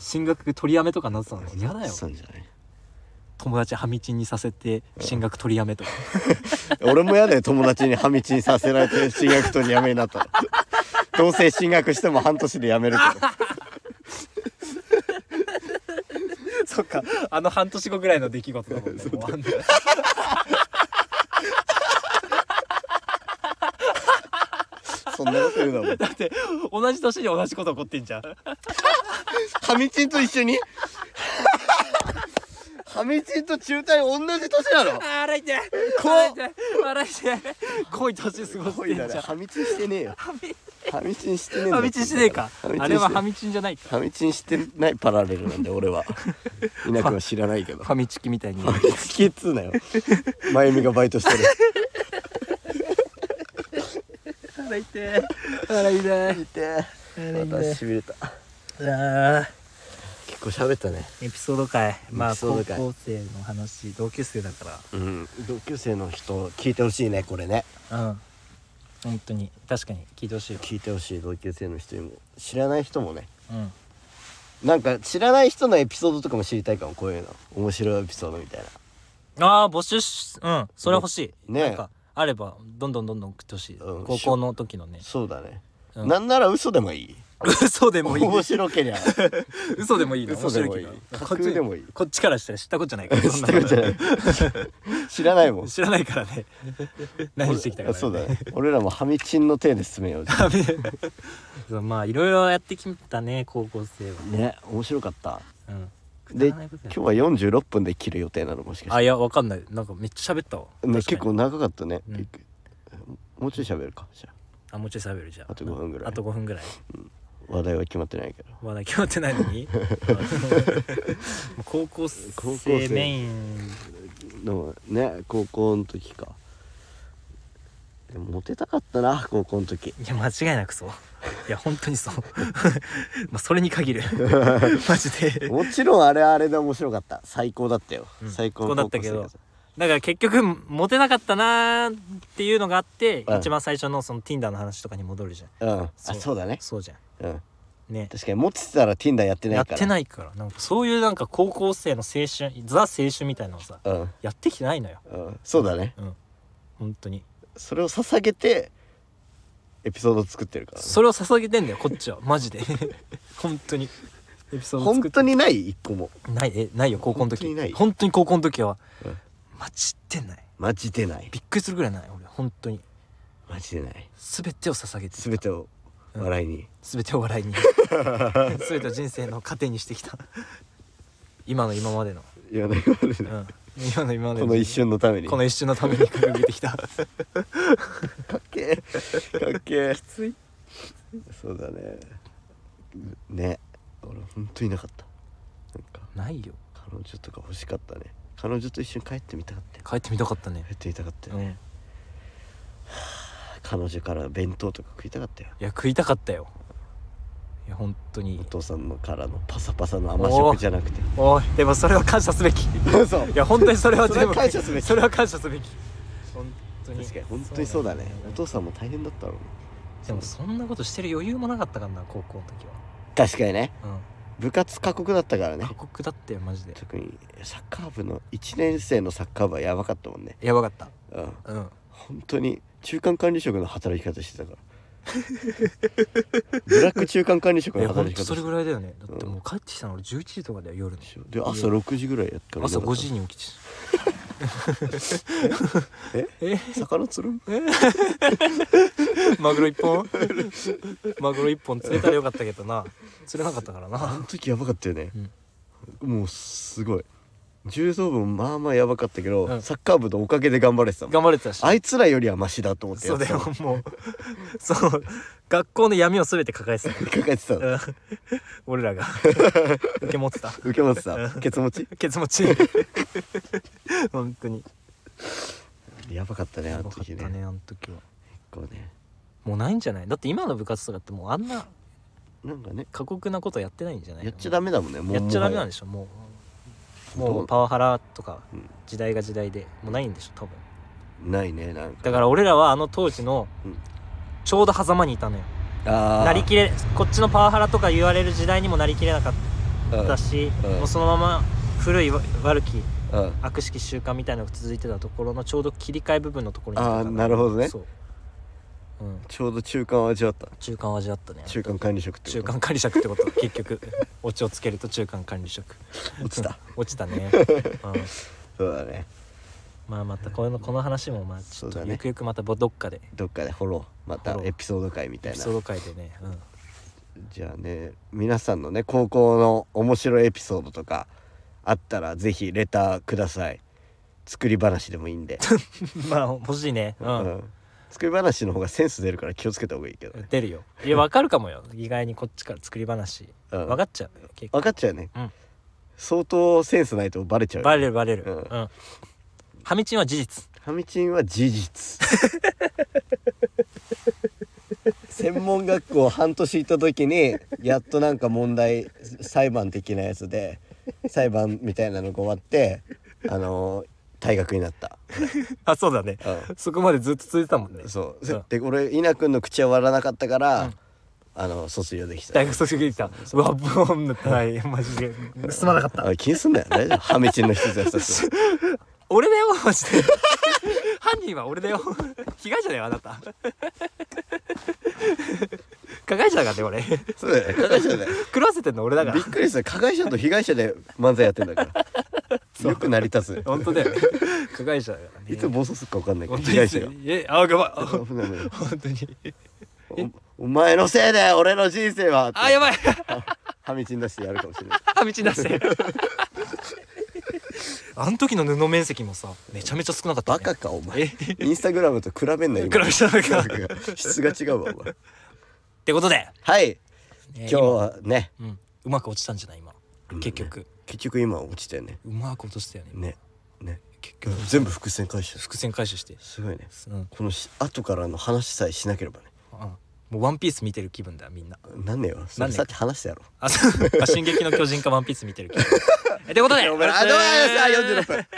[SPEAKER 2] 進学取りやめとかなってたの嫌だよ
[SPEAKER 1] そうじゃない
[SPEAKER 2] 友達ハミチンにさせて進学取りやめとか
[SPEAKER 1] 俺も嫌だよ友達にハミチンさせられて進学とにやめにな ったのどうせ進学しても半年で辞めるけど
[SPEAKER 2] そっか あの半年後ぐらいの出来事だ もんねもうあんな
[SPEAKER 1] そんなこと言うなお前
[SPEAKER 2] だって同じ年に同じこと起こってんじゃん
[SPEAKER 1] ハミチンと一緒に上地と中隊同じ年なの
[SPEAKER 2] あ笑いて
[SPEAKER 1] こ
[SPEAKER 2] 笑いて笑いて濃い年過ごし
[SPEAKER 1] 恋
[SPEAKER 2] て
[SPEAKER 1] だ
[SPEAKER 2] んじ
[SPEAKER 1] ね
[SPEAKER 2] ゃん
[SPEAKER 1] はみちんしてねえよ
[SPEAKER 2] はみ
[SPEAKER 1] はみちんしてねえんだ
[SPEAKER 2] はみちんしてねえか
[SPEAKER 1] はみちんして
[SPEAKER 2] あれははみちんじゃないか
[SPEAKER 1] はみちんしてないパラレルなんで俺 はみなくんは知らないけど
[SPEAKER 2] ファミチキみたいに
[SPEAKER 1] ファミチキっつうなよまゆみがバイトしてる
[SPEAKER 2] 笑いて笑いて
[SPEAKER 1] 見て私しびれた
[SPEAKER 2] ああ
[SPEAKER 1] 結構喋ったね
[SPEAKER 2] エピソード会ま
[SPEAKER 1] エ
[SPEAKER 2] あ
[SPEAKER 1] ピソー
[SPEAKER 2] 高
[SPEAKER 1] ド会
[SPEAKER 2] 校生の話同級生だか
[SPEAKER 1] うん同級生の人聞いてほしいねこれね
[SPEAKER 2] らうん本当に確かに聞いてほしいよ
[SPEAKER 1] 聞いてほしい同級生の人にも知らない人もね
[SPEAKER 2] うん
[SPEAKER 1] なんか知らない人のエピソードとかも知りたいかもこういうの面白いエピソードみたい
[SPEAKER 2] ああ募集しうんそれ欲しい
[SPEAKER 1] ね
[SPEAKER 2] なんかあればどんどんどんどん送ってほしい、
[SPEAKER 1] うん
[SPEAKER 2] 高校の時のね
[SPEAKER 1] なそうだね、
[SPEAKER 2] うん
[SPEAKER 1] なんなら嘘でもいい
[SPEAKER 2] 嘘でもいい
[SPEAKER 1] 面白けりゃ
[SPEAKER 2] 嘘でもいいの
[SPEAKER 1] 嘘でもいい
[SPEAKER 2] 面白けど
[SPEAKER 1] 架空でもいい
[SPEAKER 2] こっちこっちからしたら知ったことじゃないから
[SPEAKER 1] 知ったことじゃない 知らないもん
[SPEAKER 2] 知らないから ね何してきたか、
[SPEAKER 1] あ
[SPEAKER 2] ね、
[SPEAKER 1] そうだね俺らもハミチンの手で進めよう
[SPEAKER 2] そうまあいろいろやってきたね高校生は、
[SPEAKER 1] ね面白かった
[SPEAKER 2] うん、
[SPEAKER 1] で
[SPEAKER 2] くだら
[SPEAKER 1] 今
[SPEAKER 2] ないことや
[SPEAKER 1] 日は46分で切る予定なのもしか
[SPEAKER 2] あ
[SPEAKER 1] し
[SPEAKER 2] いやわかんないなんかめっちゃ喋ったわ
[SPEAKER 1] て、ね、
[SPEAKER 2] 確かに
[SPEAKER 1] 結構長かったね、
[SPEAKER 2] うん
[SPEAKER 1] もうちょい喋るかじゃ
[SPEAKER 2] あもうちょい喋るじゃん
[SPEAKER 1] あと5分ぐらい
[SPEAKER 2] あと5分ぐらい
[SPEAKER 1] あ話題は決まってないけど
[SPEAKER 2] まだ決まってないの に高校
[SPEAKER 1] 高校
[SPEAKER 2] 生
[SPEAKER 1] 生
[SPEAKER 2] メイン
[SPEAKER 1] でもね高校の時かでもモテたかったな高校の時
[SPEAKER 2] いや間違いなくそういや本当 にそうまあそれに限るマジで
[SPEAKER 1] もちろんあれはあれで面白かった最高だったよ、
[SPEAKER 2] うん
[SPEAKER 1] 最高の
[SPEAKER 2] そうだ
[SPEAKER 1] 高
[SPEAKER 2] っ
[SPEAKER 1] 校生
[SPEAKER 2] たけど
[SPEAKER 1] 活
[SPEAKER 2] だから結局モテなかったなーっていうのがあって、
[SPEAKER 1] うん
[SPEAKER 2] 一番最初のその Tinder の話とかに戻るじゃん
[SPEAKER 1] うんあ
[SPEAKER 2] そう
[SPEAKER 1] そうだね
[SPEAKER 2] そうじゃん
[SPEAKER 1] うん
[SPEAKER 2] ね
[SPEAKER 1] 確かにモテてたら Tinder やってな
[SPEAKER 2] や
[SPEAKER 1] い
[SPEAKER 2] っ
[SPEAKER 1] から
[SPEAKER 2] てないからなんかそういうなんか高校生の青春ザ青春みたいなのをさ
[SPEAKER 1] うん
[SPEAKER 2] やってきてないのよ
[SPEAKER 1] うん、そうだね
[SPEAKER 2] うん本当に
[SPEAKER 1] それを捧げてエピソード作ってるからね、
[SPEAKER 2] それを捧げてんだよこっちはマジで 本当にエピソード
[SPEAKER 1] 本
[SPEAKER 2] 作っ
[SPEAKER 1] 当にない一個も
[SPEAKER 2] てないえないよ高校の時
[SPEAKER 1] 本当にない
[SPEAKER 2] 本当に高校の時は、
[SPEAKER 1] うん
[SPEAKER 2] マジでない
[SPEAKER 1] マジでない
[SPEAKER 2] びっくりするぐらいない俺本当に
[SPEAKER 1] マジでない
[SPEAKER 2] 全てを捧げて
[SPEAKER 1] 全てを笑いに、
[SPEAKER 2] 全てを笑 いに全てを人生の糧にしてきた今の今までの、
[SPEAKER 1] いやねこ れ
[SPEAKER 2] う
[SPEAKER 1] ね
[SPEAKER 2] ん、今の今まで
[SPEAKER 1] この一瞬のために
[SPEAKER 2] この一瞬のために掲げてきた
[SPEAKER 1] かっけえかっけえ
[SPEAKER 2] つい
[SPEAKER 1] そうだねね俺本当にいなかった なんか
[SPEAKER 2] ないよ
[SPEAKER 1] 彼女とか欲しかったね彼女と一緒に帰ってみたかったよ
[SPEAKER 2] 帰ってみたかったね
[SPEAKER 1] 帰ってみたかったよ
[SPEAKER 2] うん
[SPEAKER 1] ね、
[SPEAKER 2] い
[SPEAKER 1] 彼女から弁当とか食いたかったよ
[SPEAKER 2] や食いたかったよいや本当
[SPEAKER 1] お
[SPEAKER 2] に
[SPEAKER 1] 父さんのからのパサパサの甘食じゃな くて
[SPEAKER 2] おいでもそれは感謝すべきい
[SPEAKER 1] そう
[SPEAKER 2] や本当にそれは
[SPEAKER 1] それ
[SPEAKER 2] 全
[SPEAKER 1] は
[SPEAKER 2] 部
[SPEAKER 1] 感謝すべき
[SPEAKER 2] それは感謝すべき本当に
[SPEAKER 1] 確かに本当にそうだねお父さんも大変だったろうね
[SPEAKER 2] でもそんなことしてる余裕もなかったからな高校の時
[SPEAKER 1] 確かにね
[SPEAKER 2] は
[SPEAKER 1] 部活過酷だったから
[SPEAKER 2] うん
[SPEAKER 1] ね
[SPEAKER 2] 過酷だったよマジで
[SPEAKER 1] 特にサッカー部の1年生のサッカー部はやばかったもんね
[SPEAKER 2] やばかった
[SPEAKER 1] うん
[SPEAKER 2] うん
[SPEAKER 1] 本当に中間管理職の働き方してたから ブラック中間管理職
[SPEAKER 2] い
[SPEAKER 1] の
[SPEAKER 2] やほん
[SPEAKER 1] 働き
[SPEAKER 2] と
[SPEAKER 1] 方
[SPEAKER 2] それ
[SPEAKER 1] して
[SPEAKER 2] ぐらいだよねだってもう帰ってきたの俺11時とかだよ夜の
[SPEAKER 1] たで朝6時ぐらいやったから
[SPEAKER 2] 朝5時に起きて
[SPEAKER 1] え
[SPEAKER 2] え
[SPEAKER 1] 魚釣る
[SPEAKER 2] マグロ一本マグロ一本釣れたらよかったけどな釣れなかったから
[SPEAKER 1] あ
[SPEAKER 2] な
[SPEAKER 1] の時やばかったよね、もうすごい柔道部もまあまあやばかったけど、
[SPEAKER 2] うん
[SPEAKER 1] サッカー部のおかげで頑張れてたもん
[SPEAKER 2] 頑張れてたし
[SPEAKER 1] あいつらよりはマシだと思って
[SPEAKER 2] そ
[SPEAKER 1] やっ
[SPEAKER 2] う
[SPEAKER 1] て
[SPEAKER 2] だ
[SPEAKER 1] た
[SPEAKER 2] よ
[SPEAKER 1] もん
[SPEAKER 2] もうそう学校の闇を全て抱えてた
[SPEAKER 1] 抱えてたの
[SPEAKER 2] うん俺らが受け持ってた
[SPEAKER 1] 受け持ってたケツ持ち
[SPEAKER 2] ケツ持ちいい本当に
[SPEAKER 1] やばかったねあ
[SPEAKER 2] や
[SPEAKER 1] の
[SPEAKER 2] ばかっ
[SPEAKER 1] 時ね
[SPEAKER 2] たねあの時は
[SPEAKER 1] こうね
[SPEAKER 2] もうないんじゃないだって今の部活とかってもうあんな
[SPEAKER 1] なんかね
[SPEAKER 2] 過酷なことやってないんじゃない
[SPEAKER 1] やっちゃダメだもんねもう
[SPEAKER 2] やっちゃダメなん
[SPEAKER 1] で
[SPEAKER 2] でしょもう
[SPEAKER 1] もはや
[SPEAKER 2] もうパワハラとか
[SPEAKER 1] うん
[SPEAKER 2] 時代が時代でもうないんでしょ多分
[SPEAKER 1] ないねなんか
[SPEAKER 2] だから俺らはあの当時の
[SPEAKER 1] うん
[SPEAKER 2] ちょうど狭間にいたのよ
[SPEAKER 1] あー
[SPEAKER 2] なりきれこっちのパワハラとか言われる時代にもなりきれなかっ
[SPEAKER 1] うん
[SPEAKER 2] たし、
[SPEAKER 1] うん
[SPEAKER 2] もうそのまま古いわ悪き
[SPEAKER 1] うん
[SPEAKER 2] 悪しき習慣みたいなのが続いてたところのちょうど切り替え部分のところにいた
[SPEAKER 1] ああなるほどね
[SPEAKER 2] そう、うん、
[SPEAKER 1] ちょうど中間を味わった
[SPEAKER 2] 中間を味わったね
[SPEAKER 1] 中間管理職って
[SPEAKER 2] 中
[SPEAKER 1] こと
[SPEAKER 2] 間管理職ってこと結局 オチをつけると中間管理職
[SPEAKER 1] 落ち た
[SPEAKER 2] 落ちたね、うん、
[SPEAKER 1] そうだね
[SPEAKER 2] まあまたこのこの話もまあちょっ
[SPEAKER 1] そう
[SPEAKER 2] と
[SPEAKER 1] だね
[SPEAKER 2] ゆくゆくまたぼどっかで
[SPEAKER 1] どっかでフォローまた
[SPEAKER 2] フォロー
[SPEAKER 1] エピソード会みたい
[SPEAKER 2] エピ
[SPEAKER 1] な
[SPEAKER 2] ソード会でね、うん、
[SPEAKER 1] じゃあね皆さんのね高校の面白いエピソードとかあったらぜひレターください作り話でもいいんで、
[SPEAKER 2] まあ欲しいね う、
[SPEAKER 1] うんん作り話の方がセンス出るから気をつけた方がいいけどね
[SPEAKER 2] 出るよいや分かるかもよ意外にこっちから作り話、
[SPEAKER 1] うん
[SPEAKER 2] 分かっちゃうよ結構
[SPEAKER 1] 分かっちゃうね、
[SPEAKER 2] うん
[SPEAKER 1] 相当センスないとバレちゃうよ
[SPEAKER 2] バレるバレる
[SPEAKER 1] う
[SPEAKER 2] うんん、ハミチンは 事実
[SPEAKER 1] ハミチンは事実 専門学校半年行った時にやっとなんか問題裁判的なやつで裁判みたいなのが終わってあの退学になった、
[SPEAKER 2] あそうだね
[SPEAKER 1] う
[SPEAKER 2] そこまでずっと続いてたもんね
[SPEAKER 1] ん、そう、
[SPEAKER 2] うん
[SPEAKER 1] で俺稲君の口は割らなかったから、
[SPEAKER 2] うん
[SPEAKER 1] あの卒業できた
[SPEAKER 2] 大学卒業できたうわボンだっ たはいマジですまなかった
[SPEAKER 1] あ気にすんなよ大丈夫ハミチンの 人たちだし
[SPEAKER 2] 俺だよマジ で犯人は俺だよ被害者だよあなた 加害者だからね俺
[SPEAKER 1] そうだよ加害者だよ
[SPEAKER 2] 狂わせてんの俺だか
[SPEAKER 1] びっ
[SPEAKER 2] ら
[SPEAKER 1] くりする加害者と被害者で漫才やってんだからよく成り立つ
[SPEAKER 2] 本当だよね 加害者だからね
[SPEAKER 1] いつ暴走するか分かんないけど
[SPEAKER 2] 本
[SPEAKER 1] 被
[SPEAKER 2] 当に
[SPEAKER 1] 害者よ
[SPEAKER 2] えあごめんあ
[SPEAKER 1] 危ない危ない
[SPEAKER 2] 本当に
[SPEAKER 1] おお前のせいで俺の人生は
[SPEAKER 2] あやばい
[SPEAKER 1] はみちん出してやるかもしれ ない
[SPEAKER 2] 道に出してあの時の布面積もさめちゃめちゃ少なかった、ね、
[SPEAKER 1] バカかお前インスタグラムと比べんなよ
[SPEAKER 2] 比べちゃうかっ
[SPEAKER 1] 質が違うわお前
[SPEAKER 2] てことで、
[SPEAKER 1] はい
[SPEAKER 2] え
[SPEAKER 1] 今
[SPEAKER 2] ー
[SPEAKER 1] 日はね
[SPEAKER 2] 今うん、うまく落ちたんじゃない今、結局
[SPEAKER 1] 結局今落ちたよね
[SPEAKER 2] うまく落としたよね
[SPEAKER 1] ねね
[SPEAKER 2] 結局
[SPEAKER 1] 全部伏線回収
[SPEAKER 2] 伏線回収して
[SPEAKER 1] すごいね
[SPEAKER 2] うん、うん
[SPEAKER 1] このし後からの話さえしなければね
[SPEAKER 2] もうワンピース見てる気分だみんな
[SPEAKER 1] なんねえわそれ
[SPEAKER 2] なんねえ
[SPEAKER 1] さっき話したやろ
[SPEAKER 2] あそう進撃の巨人かワンピース見てる気分えってことで
[SPEAKER 1] あどうもありがとうございました46分